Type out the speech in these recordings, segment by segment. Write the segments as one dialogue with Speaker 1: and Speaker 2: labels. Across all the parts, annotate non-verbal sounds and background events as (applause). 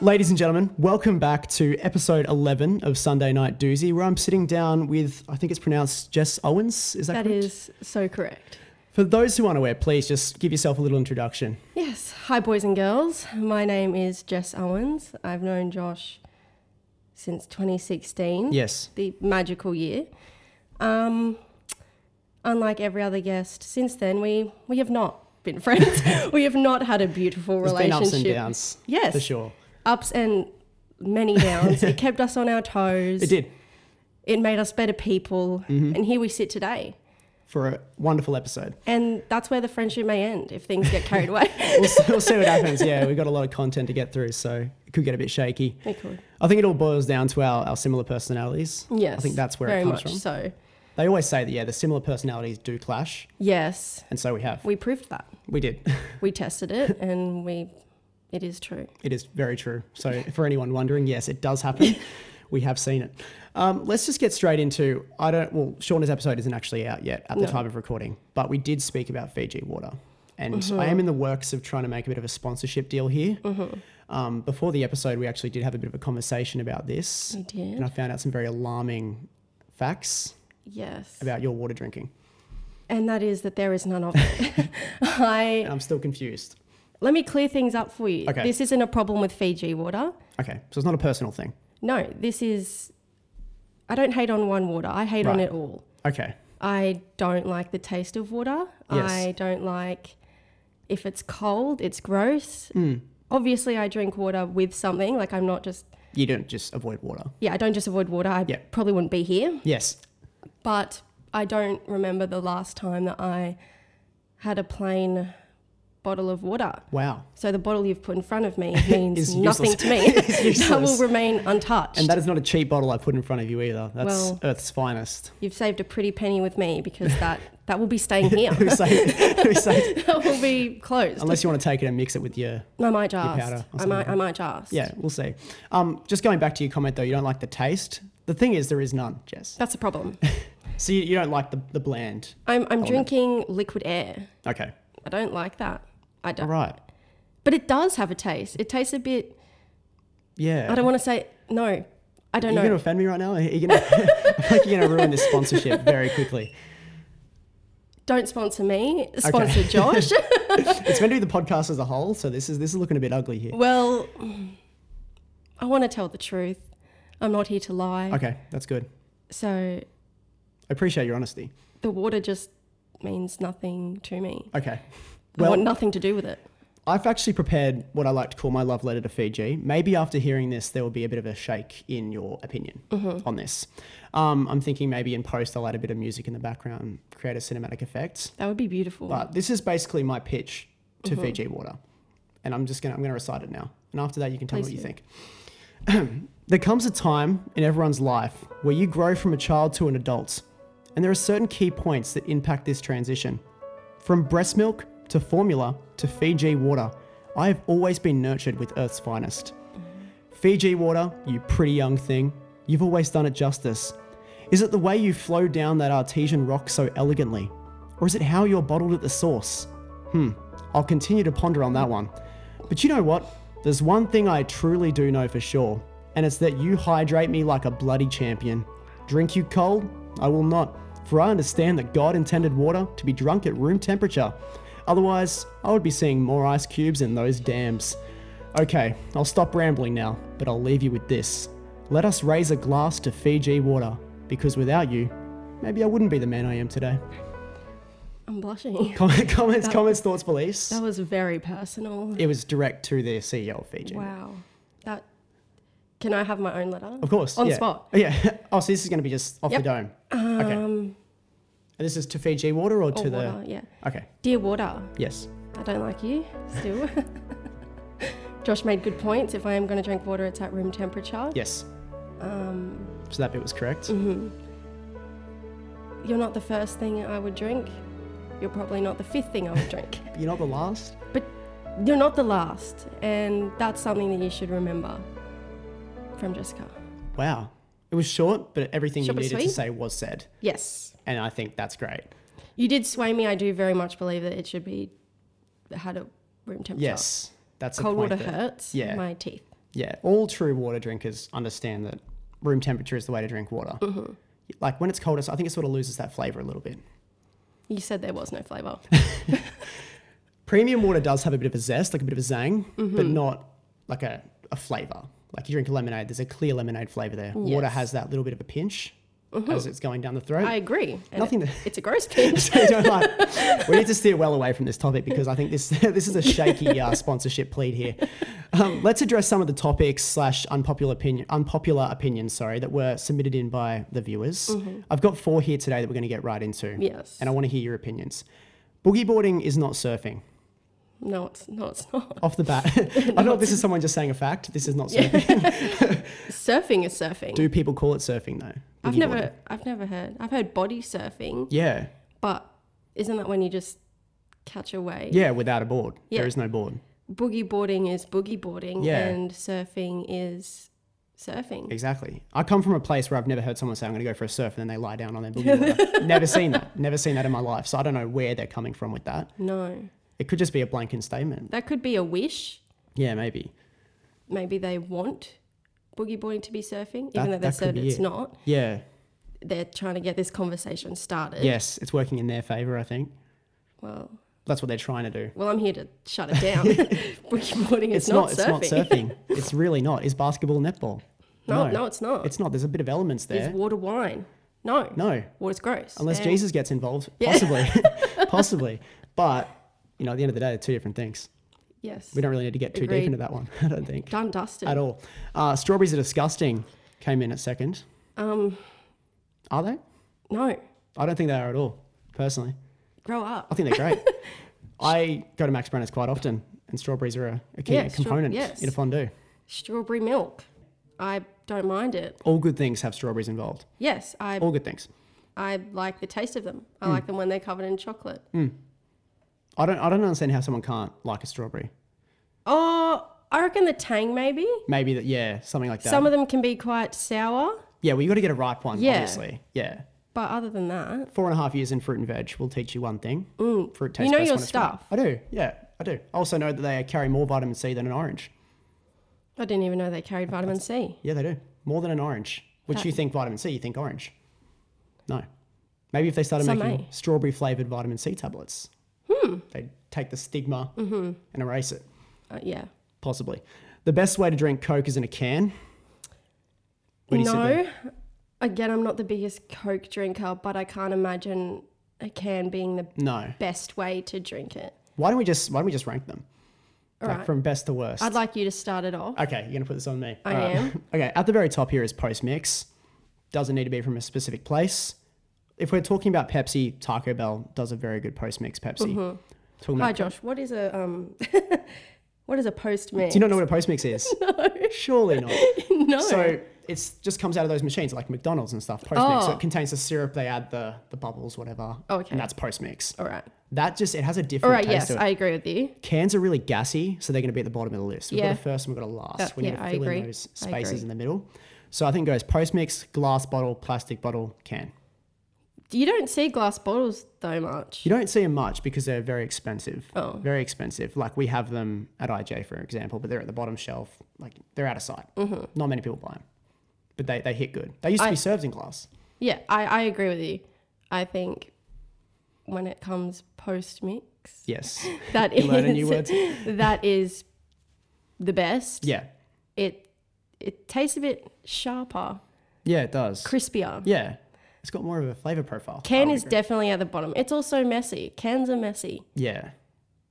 Speaker 1: Ladies and gentlemen, welcome back to episode 11 of Sunday Night Doozy, where I'm sitting down with, I think it's pronounced Jess Owens. Is that,
Speaker 2: That
Speaker 1: correct?
Speaker 2: is so correct.
Speaker 1: For those who aren't aware, please just give yourself a little introduction.
Speaker 2: Yes. Hi, boys and girls. My name is Jess Owens. I've known Josh since 2016,
Speaker 1: Yes.
Speaker 2: the magical year. Um, unlike every other guest, since then we we have not been
Speaker 1: (laughs)
Speaker 2: (laughs) friends. we have not had a beautiful
Speaker 1: There's been
Speaker 2: relationship.
Speaker 1: ups and downs.
Speaker 2: Yes.
Speaker 1: For sure.
Speaker 2: Ups and many downs. it kept us on our toes.
Speaker 1: It did Mm-hmm.
Speaker 2: It made us better people, and here we sit today.
Speaker 1: for a wonderful episode. (laughs)
Speaker 2: And that's where the friendship may end if things get carried away.
Speaker 1: We'll, see- we'll see what happens. Yeah, we've got a lot of content to get through, so it could get a bit shaky.
Speaker 2: They could.
Speaker 1: I think it all boils down to our, our similar personalities.
Speaker 2: Yes.
Speaker 1: I think that's where
Speaker 2: very
Speaker 1: it comes
Speaker 2: much
Speaker 1: from.
Speaker 2: So,
Speaker 1: They always say that, yeah, the similar personalities do clash,
Speaker 2: yes,
Speaker 1: and so we have.
Speaker 2: we proved that.
Speaker 1: We did.
Speaker 2: We tested it
Speaker 1: (laughs)
Speaker 2: and we it is true.
Speaker 1: It is very true. So, for anyone wondering, yes, it does happen. we have seen it. Um, let's just get straight into. I don't. Well, Shauna's episode isn't actually out yet at the
Speaker 2: No.
Speaker 1: time of recording, but we did speak about Fiji water, and I am in the works of trying to make a bit of a sponsorship deal here. Um, before the episode, we actually did have a bit of a conversation about this,
Speaker 2: We
Speaker 1: and
Speaker 2: did.
Speaker 1: I found out some very alarming facts
Speaker 2: Yes.
Speaker 1: about your water drinking.
Speaker 2: And that is that there is none of it.
Speaker 1: (laughs)
Speaker 2: I
Speaker 1: And I'm still confused.
Speaker 2: let me clear things up for you.
Speaker 1: Uh, Okay.
Speaker 2: This isn't a problem with Fiji water.
Speaker 1: Okay, so it's not a personal thing.
Speaker 2: No, this is I don't hate on one water. I hate on
Speaker 1: Right.
Speaker 2: it all.
Speaker 1: Okay,
Speaker 2: I don't like the taste of water.
Speaker 1: Yes.
Speaker 2: I don't like if it's cold, it's gross.
Speaker 1: Hmm.
Speaker 2: Obviously I drink water with something, like I'm not just
Speaker 1: you don't just avoid water.
Speaker 2: yeah, I don't just avoid water. I
Speaker 1: Yeah.
Speaker 2: probably wouldn't be here,
Speaker 1: Yes,
Speaker 2: but I don't remember the last time that I had a plain bottle of water.
Speaker 1: wow.
Speaker 2: So the bottle you've put in front of me
Speaker 1: (laughs)
Speaker 2: means
Speaker 1: Is
Speaker 2: nothing
Speaker 1: useless. (laughs)
Speaker 2: to me. (laughs) that will
Speaker 1: useless.
Speaker 2: remain untouched.
Speaker 1: And that is not a cheap bottle I put in front of you either. That's
Speaker 2: Well-
Speaker 1: Earth's finest.
Speaker 2: you've saved a pretty penny with me because that that will be
Speaker 1: (laughs)
Speaker 2: staying here. (laughs)
Speaker 1: Who saved? Who saved?
Speaker 2: that will be closed.
Speaker 1: Unless you want to take it and mix it with your.
Speaker 2: I might just.
Speaker 1: powder or
Speaker 2: I might. I might just.
Speaker 1: Yeah, we'll see. Um, just going back to your comment though, you don't like the taste. The thing is, there is none, Jess.
Speaker 2: That's a problem.
Speaker 1: (laughs) So you, you don't like the, the bland.
Speaker 2: I'm, I'm drinking liquid air.
Speaker 1: Okay.
Speaker 2: I don't like that. I don't.
Speaker 1: All right.
Speaker 2: But it does have a taste. It tastes a bit.
Speaker 1: Yeah.
Speaker 2: I don't want to say no. I don't
Speaker 1: You're
Speaker 2: know.
Speaker 1: going to offend me right now? Are you gonna, (laughs) I think you're going to ruin this sponsorship very quickly.
Speaker 2: Don't sponsor me.
Speaker 1: (laughs)
Speaker 2: Sponsor Josh.
Speaker 1: It's meant to be the podcast as a whole, so this is this is looking a bit ugly here.
Speaker 2: well, I want to tell the truth. I'm not here to lie.
Speaker 1: Okay, that's good.
Speaker 2: So
Speaker 1: I appreciate your honesty.
Speaker 2: the water just means nothing to me.
Speaker 1: Okay.
Speaker 2: I want nothing to do with it.
Speaker 1: I've actually prepared what I like to call my love letter to Fiji. Maybe after hearing this, there will be a bit of a shake in your opinion on this. Um, I'm thinking maybe in post, I'll add a bit of music in the background, create a cinematic effect.
Speaker 2: That would be beautiful.
Speaker 1: But this is basically my pitch to Fiji water, and I'm just gonna I'm gonna recite it now. And after that, you can tell me what
Speaker 2: Please
Speaker 1: you think. (clears throat) there comes a time in everyone's life where you grow from a child to an adult, and there are certain key points that impact this transition. From breast milk to formula to Fiji water, I have always been nurtured with Earth's finest. Fiji water, you pretty young thing, you've always done it justice. Is it the way you flow down that artesian rock so elegantly? Or is it how you're bottled at the source? Hmm, I'll continue to ponder on that one. But you know what? There's one thing I truly do know for sure, and it's that you hydrate me like a bloody champion. Drink you cold? I will not, for I understand that God intended water to be drunk at room temperature. Otherwise, I would be seeing more ice cubes in those dams. Okay, I'll stop rambling now, but I'll leave you with this. Let us raise a glass to Fiji water, because without you, maybe I wouldn't be the man I am today. (laughs)
Speaker 2: I'm blushing.
Speaker 1: Comment, comments, comments, thoughts, beliefs.
Speaker 2: That was very personal.
Speaker 1: it was direct to the CEO of Fiji.
Speaker 2: Wow. That. Can I have my own letter?
Speaker 1: Of course.
Speaker 2: On the
Speaker 1: yeah.
Speaker 2: spot.
Speaker 1: Yeah. (laughs) Oh, so this is going to be just off
Speaker 2: Yep. Um,
Speaker 1: the dome. okay. And this is to Fiji water or
Speaker 2: Or
Speaker 1: to
Speaker 2: water. Yeah.
Speaker 1: the. Okay.
Speaker 2: Dear water,
Speaker 1: Yes.
Speaker 2: I don't like you
Speaker 1: (laughs)
Speaker 2: still. Josh made good points. If I am going to drink water, it's at room temperature.
Speaker 1: Yes.
Speaker 2: Um, mm-hmm.
Speaker 1: So that bit was correct.
Speaker 2: You're not the first thing I would drink. You're probably not the fifth thing I would drink. (laughs)
Speaker 1: You're not the last.
Speaker 2: But you're not the last. And that's something that you should remember from Jessica.
Speaker 1: Wow. It was short, but everything
Speaker 2: Short but
Speaker 1: you needed to
Speaker 2: sweet.
Speaker 1: say was said.
Speaker 2: Yes.
Speaker 1: And I think that's great.
Speaker 2: You did sway me. I do very much believe that it should be had at room temperature.
Speaker 1: Yes. That's a
Speaker 2: Cold
Speaker 1: point
Speaker 2: water
Speaker 1: that-
Speaker 2: hurts
Speaker 1: yeah.
Speaker 2: my teeth.
Speaker 1: Yeah, all true water drinkers understand that room temperature is the way to drink water.
Speaker 2: Mm-hmm.
Speaker 1: Like when it's coldest, I think it sort of loses that flavor a little bit.
Speaker 2: You said there was no flavour.
Speaker 1: Premium water does have a bit of a zest, like a bit of a zang, but
Speaker 2: Mm-hmm.
Speaker 1: not like a, a flavor. Like you drink a lemonade, there's a clear lemonade flavor there. Water
Speaker 2: Yes. Mm-hmm.
Speaker 1: has that little bit of a pinch as it's going down the throat.
Speaker 2: I agree. And
Speaker 1: Nothing
Speaker 2: it-
Speaker 1: that-
Speaker 2: it's a gross
Speaker 1: (laughs)
Speaker 2: pinch.
Speaker 1: So don't like- we need to steer well away from this topic because I think this (laughs) this is a shaky
Speaker 2: (laughs)
Speaker 1: uh, sponsorship plead here. Um, let's address some of the topics slash unpopular opinion unpopular opinions sorry that were submitted in by the viewers. I've got four here today that we're going to get right into.
Speaker 2: Mm-hmm. Yes.
Speaker 1: and I want to hear your opinions. Boogie boarding is not surfing.
Speaker 2: No, it's no, it's not.
Speaker 1: Off the bat, (laughs)
Speaker 2: (laughs)
Speaker 1: I don't know if this is someone just saying a fact. This is not surfing.
Speaker 2: Surfing is surfing.
Speaker 1: Do people call it surfing though?
Speaker 2: I've
Speaker 1: Boogie
Speaker 2: never,
Speaker 1: boarding.
Speaker 2: I've never heard. I've heard body surfing,
Speaker 1: Yeah,
Speaker 2: but isn't that when you just catch a wave?
Speaker 1: yeah. Without a board,
Speaker 2: Yeah.
Speaker 1: there is no board.
Speaker 2: Boogie boarding is boogie boarding,
Speaker 1: Yeah.
Speaker 2: and surfing is surfing.
Speaker 1: Exactly. I come from a place where I've never heard someone say, I'm going to go for a surf, and then they lie down on their boogie water.
Speaker 2: (laughs)
Speaker 1: never seen that. Never seen that in my life. So I don't know where they're coming from with that.
Speaker 2: No,
Speaker 1: It could just be a blanket statement.
Speaker 2: that could be a wish.
Speaker 1: Yeah, maybe.
Speaker 2: Maybe they want boogie boarding to be surfing, even
Speaker 1: That-
Speaker 2: though they
Speaker 1: that could
Speaker 2: said
Speaker 1: be
Speaker 2: it's
Speaker 1: it.
Speaker 2: not.
Speaker 1: Yeah.
Speaker 2: They're trying to get this conversation started.
Speaker 1: Yes, it's working in their favor, I think.
Speaker 2: Well,
Speaker 1: That's what they're trying to do.
Speaker 2: well, I'm here to shut
Speaker 1: (laughs)
Speaker 2: it down. (laughs) boogie boarding is
Speaker 1: It's, not,
Speaker 2: surfing.
Speaker 1: it's not surfing. it's really not. Is basketball netball?
Speaker 2: (laughs) No, no, it's not.
Speaker 1: It's not. There's a bit of elements there.
Speaker 2: Is water wine? No.
Speaker 1: no.
Speaker 2: Water's gross.
Speaker 1: Unless
Speaker 2: And-
Speaker 1: Jesus gets involved.
Speaker 2: (laughs)
Speaker 1: Possibly. (laughs) possibly. But, you know, at the end of the day, they're two different things.
Speaker 2: Yes.
Speaker 1: We don't really need to get too
Speaker 2: Agreed.
Speaker 1: deep into that one, (laughs) I don't think.
Speaker 2: Done dusted.
Speaker 1: at all. Uh, strawberries are disgusting. Came in at second.
Speaker 2: Um,
Speaker 1: Are they?
Speaker 2: no.
Speaker 1: I don't think they are at all. Personally,
Speaker 2: Grow
Speaker 1: I
Speaker 2: up.
Speaker 1: think they're
Speaker 2: (laughs)
Speaker 1: great. I go to Max Brenner's quite often, and strawberries are a, a key
Speaker 2: Yeah, straw-
Speaker 1: component
Speaker 2: yes.
Speaker 1: in a fondue.
Speaker 2: Strawberry milk. I don't mind it.
Speaker 1: All good things have strawberries involved.
Speaker 2: Yes, I
Speaker 1: All good things.
Speaker 2: I like the taste of them.
Speaker 1: Hmm.
Speaker 2: I like them when they're covered in chocolate.
Speaker 1: I don't. I don't understand how someone can't like a strawberry.
Speaker 2: Oh, I reckon the tang maybe.
Speaker 1: Maybe that. Yeah, something like that.
Speaker 2: Some of them can be quite sour,
Speaker 1: yeah, well, you got to get a ripe one,
Speaker 2: Yeah.
Speaker 1: obviously. Yeah.
Speaker 2: but other than that,
Speaker 1: Four and a half years in fruit and veg will teach you one thing. Fruit tastes
Speaker 2: know
Speaker 1: best
Speaker 2: your
Speaker 1: when it's ripe.
Speaker 2: stuff.
Speaker 1: I do. Yeah, I do. I also know that they carry more vitamin C than an orange.
Speaker 2: I didn't even know they carried vitamin C.
Speaker 1: Yeah, they do. More than an orange. Which you think vitamin C, you think orange. No. Maybe if they started
Speaker 2: Some
Speaker 1: making
Speaker 2: may.
Speaker 1: strawberry flavored vitamin C tablets,
Speaker 2: Hmm.
Speaker 1: they'd take the stigma
Speaker 2: Mm-hmm.
Speaker 1: and erase it,
Speaker 2: Uh, yeah.
Speaker 1: possibly. The best way to drink Coke is in a can. Where do you sit there?
Speaker 2: No. Again, I'm not the biggest Coke drinker, but I can't imagine a can being the
Speaker 1: No.
Speaker 2: best way to drink it.
Speaker 1: Why don't we just why don't we just rank them?
Speaker 2: All
Speaker 1: like
Speaker 2: right.
Speaker 1: from best to worst.
Speaker 2: I'd like you to start it off.
Speaker 1: okay, you're gonna put this on me.
Speaker 2: I am.
Speaker 1: (laughs) okay, at the very top here is post mix. Doesn't need to be from a specific place. If we're talking about Pepsi, Taco Bell does a very good post mix Pepsi.
Speaker 2: Mm-hmm.
Speaker 1: Talking about
Speaker 2: Hi, Josh. What is a um, (laughs) what is a post mix?
Speaker 1: Do you not know what a post mix
Speaker 2: (laughs)
Speaker 1: is? no. Surely not.
Speaker 2: no.
Speaker 1: So it's just comes out of those machines like McDonald's and stuff. Post mix. So
Speaker 2: Oh.
Speaker 1: it contains the syrup. They add the the bubbles, whatever.
Speaker 2: Okay.
Speaker 1: And that's post mix.
Speaker 2: All right.
Speaker 1: That just it has a different
Speaker 2: All right.
Speaker 1: taste
Speaker 2: Yes,
Speaker 1: to it.
Speaker 2: I agree with you.
Speaker 1: Cans are really gassy, so they're going to be at the bottom of the list. We've
Speaker 2: Yeah.
Speaker 1: got the first and we've got a last.
Speaker 2: That-
Speaker 1: we need
Speaker 2: yeah,
Speaker 1: to
Speaker 2: I
Speaker 1: fill in
Speaker 2: agree.
Speaker 1: those
Speaker 2: I
Speaker 1: spaces
Speaker 2: agree.
Speaker 1: in the middle. So I think it goes post mix, glass bottle, plastic bottle, can.
Speaker 2: You don't see glass bottles though much.
Speaker 1: You don't see them much because they're very expensive.
Speaker 2: Oh.
Speaker 1: Very expensive. Like we have them at IJ, for example, but they're at the bottom shelf. Like they're out of sight. Not many people buy them, but they, they hit good. They used to
Speaker 2: Mm-hmm. I-
Speaker 1: be served in glass.
Speaker 2: Yeah, I, I agree with you. I think when it comes
Speaker 1: (laughs)
Speaker 2: post mix, (laughs)
Speaker 1: Yes.
Speaker 2: that
Speaker 1: You
Speaker 2: is
Speaker 1: learning new words?
Speaker 2: (laughs) that is the best.
Speaker 1: Yeah.
Speaker 2: It it tastes a bit sharper,
Speaker 1: Yeah, it does.
Speaker 2: crispier.
Speaker 1: yeah. It's got more of a flavor profile.
Speaker 2: Can
Speaker 1: I would
Speaker 2: is
Speaker 1: agree.
Speaker 2: definitely at the bottom. It's also messy. Cans are messy.
Speaker 1: Yeah.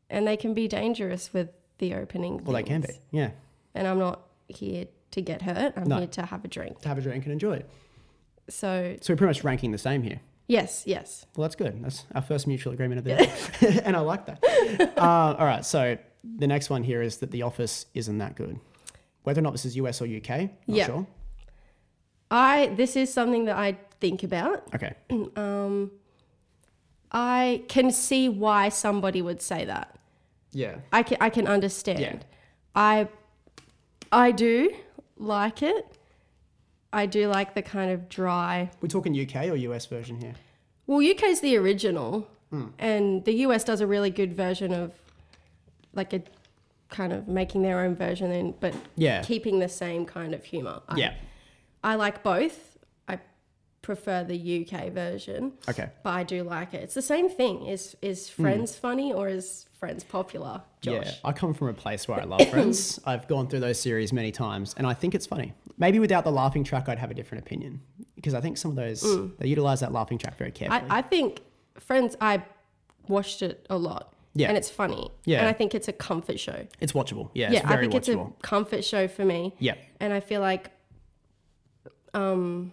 Speaker 2: and they can be dangerous with the opening.
Speaker 1: Well, they can be.
Speaker 2: things.
Speaker 1: Yeah.
Speaker 2: And I'm not here to get hurt. I'm
Speaker 1: No.
Speaker 2: here to have a drink.
Speaker 1: To have a drink and enjoy it.
Speaker 2: So
Speaker 1: So we're pretty much ranking the same here.
Speaker 2: yes, yes,
Speaker 1: Well, that's good. That's our first mutual agreement of the day. (laughs) and I like that. Uh, all right. So the next one here is that the office isn't that good. Whether or not this is US or UK, not
Speaker 2: Yeah.
Speaker 1: sure.
Speaker 2: I. This is something that I think about.
Speaker 1: Okay.
Speaker 2: Um, I can see why somebody would say that.
Speaker 1: (clears throat) Yeah.
Speaker 2: I can. I can understand. I. I do like it. I do like the kind of dry.
Speaker 1: We're talking UK or US version here.
Speaker 2: Well, UK's the
Speaker 1: Hmm.
Speaker 2: original, and the US does a really good version of like a kind of making their own version and but
Speaker 1: Yeah.
Speaker 2: keeping the same kind of humor. I,
Speaker 1: yeah.
Speaker 2: I like both. I prefer the UK version,
Speaker 1: Okay.
Speaker 2: but I do like it. It's the same thing. Is is Friends funny or is Friends popular? Josh.
Speaker 1: Hmm. Yeah, I come from a place where I love
Speaker 2: (coughs)
Speaker 1: Friends. I've gone through those series many times, and I think it's funny. Maybe without the laughing track, I'd have a different opinion because I think some of those they utilize that laughing track very carefully.
Speaker 2: Mm. I, I think Friends. I watched it a lot.
Speaker 1: Yeah.
Speaker 2: And it's funny.
Speaker 1: Yeah.
Speaker 2: And I think it's a comfort show.
Speaker 1: it's watchable. Yeah,
Speaker 2: yeah,
Speaker 1: it's very
Speaker 2: I think it's
Speaker 1: watchable.
Speaker 2: a comfort show for me.
Speaker 1: Yeah,
Speaker 2: and I feel like um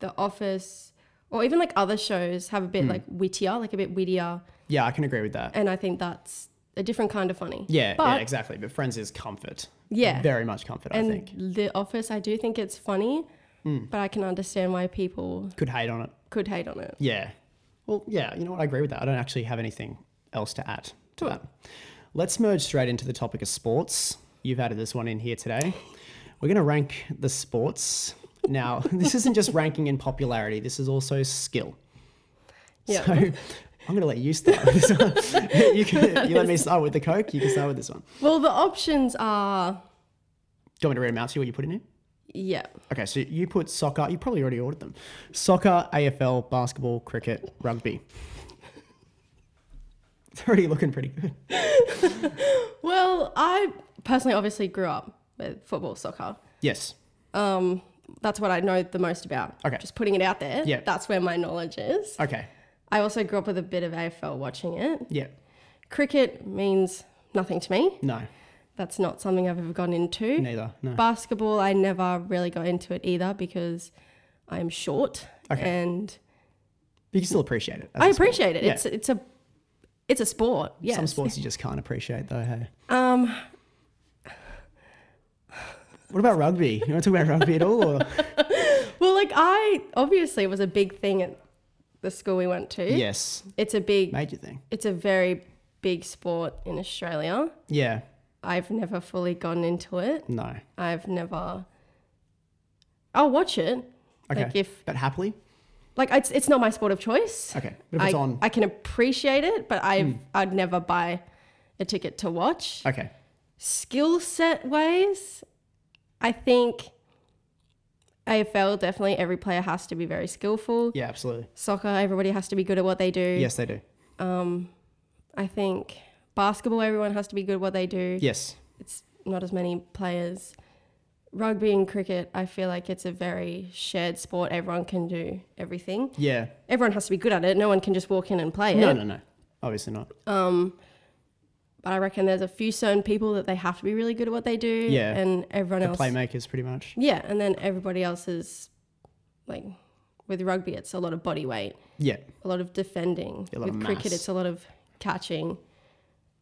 Speaker 2: The Office or even like other shows have a bit
Speaker 1: Hmm.
Speaker 2: like wittier, like a bit wittier,
Speaker 1: yeah, I can agree with that.
Speaker 2: and I think that's a different kind of funny.
Speaker 1: Yeah, yeah,
Speaker 2: but
Speaker 1: exactly. But Friends is comfort.
Speaker 2: Yeah.
Speaker 1: very much comfort. I think Hmm.
Speaker 2: and The Office, I do think it's funny, but I can understand why people
Speaker 1: could hate on it.
Speaker 2: could hate on it.
Speaker 1: Yeah. Well, yeah, you know what? I agree with that. I don't actually have anything else to add to that. Let's merge straight into the topic of sports. You've added this one in here today. We're going to rank the sports. Now, (laughs) this isn't just ranking in popularity, this is also skill.
Speaker 2: Yeah. (laughs)
Speaker 1: So I'm going to let you start with this one. (laughs) you, can, you let me start with the Coke, you can start with this one.
Speaker 2: Well, the options are
Speaker 1: Do you want me to read them out to you what you put in here?
Speaker 2: yeah,
Speaker 1: Okay, so you put soccer, you probably already ordered them. Soccer, AFL, basketball, cricket, rugby. (laughs) It's already looking pretty good.
Speaker 2: Well, I personally obviously grew up with football, soccer.
Speaker 1: Yes.
Speaker 2: Um, that's what I know the most about.
Speaker 1: Okay.
Speaker 2: Just putting it out there.
Speaker 1: Yeah.
Speaker 2: That's where my knowledge is.
Speaker 1: Okay.
Speaker 2: I also grew up with a bit of AFL watching it.
Speaker 1: Yeah.
Speaker 2: Cricket means nothing to me.
Speaker 1: No.
Speaker 2: That's not something I've ever gotten into.
Speaker 1: Neither. No.
Speaker 2: Basketball, I never really got into it either because I'm short
Speaker 1: Okay.
Speaker 2: and
Speaker 1: you can still appreciate it. as
Speaker 2: I
Speaker 1: a sport.
Speaker 2: appreciate it.
Speaker 1: Yeah.
Speaker 2: It's it's a it's a sport. Yes.
Speaker 1: Some sports you just can't appreciate though, hey.
Speaker 2: Um,
Speaker 1: What about rugby? You want to talk about rugby at all?
Speaker 2: (laughs)
Speaker 1: Or?
Speaker 2: well, like I obviously it was a big thing at the school we went to.
Speaker 1: yes.
Speaker 2: It's a big
Speaker 1: Major thing.
Speaker 2: it's a very big sport in Australia.
Speaker 1: Yeah.
Speaker 2: I've never fully gotten into it.
Speaker 1: No.
Speaker 2: I've never. I'll watch it.
Speaker 1: Okay.
Speaker 2: Like if
Speaker 1: but happily?
Speaker 2: like it's it's not my sport of choice.
Speaker 1: Okay. But if it's
Speaker 2: I,
Speaker 1: on. Hmm.
Speaker 2: I can appreciate it, but I I'd never buy a ticket to watch.
Speaker 1: okay.
Speaker 2: Skill set wise, I think AFL definitely every player has to be very skillful.
Speaker 1: Yeah, absolutely.
Speaker 2: Soccer, everybody has to be good at what they do.
Speaker 1: Yes, they do.
Speaker 2: I think basketball, everyone has to be good at what they do.
Speaker 1: Yes.
Speaker 2: it's not as many players. Rugby and cricket, I feel like it's a very shared sport. Everyone can do everything.
Speaker 1: Yeah.
Speaker 2: Everyone has to be good at it. No one can just walk in and play
Speaker 1: No,
Speaker 2: it. Um,
Speaker 1: no, no. Obviously not.
Speaker 2: But I reckon there's a few certain people that they have to be really good at what they do.
Speaker 1: Yeah.
Speaker 2: And everyone
Speaker 1: The
Speaker 2: else.
Speaker 1: playmakers pretty much.
Speaker 2: Yeah. And then everybody else is like, with rugby, it's a lot of body weight,
Speaker 1: Yeah.
Speaker 2: a lot of defending.
Speaker 1: A lot
Speaker 2: with
Speaker 1: of
Speaker 2: cricket,
Speaker 1: mass.
Speaker 2: it's a lot of catching.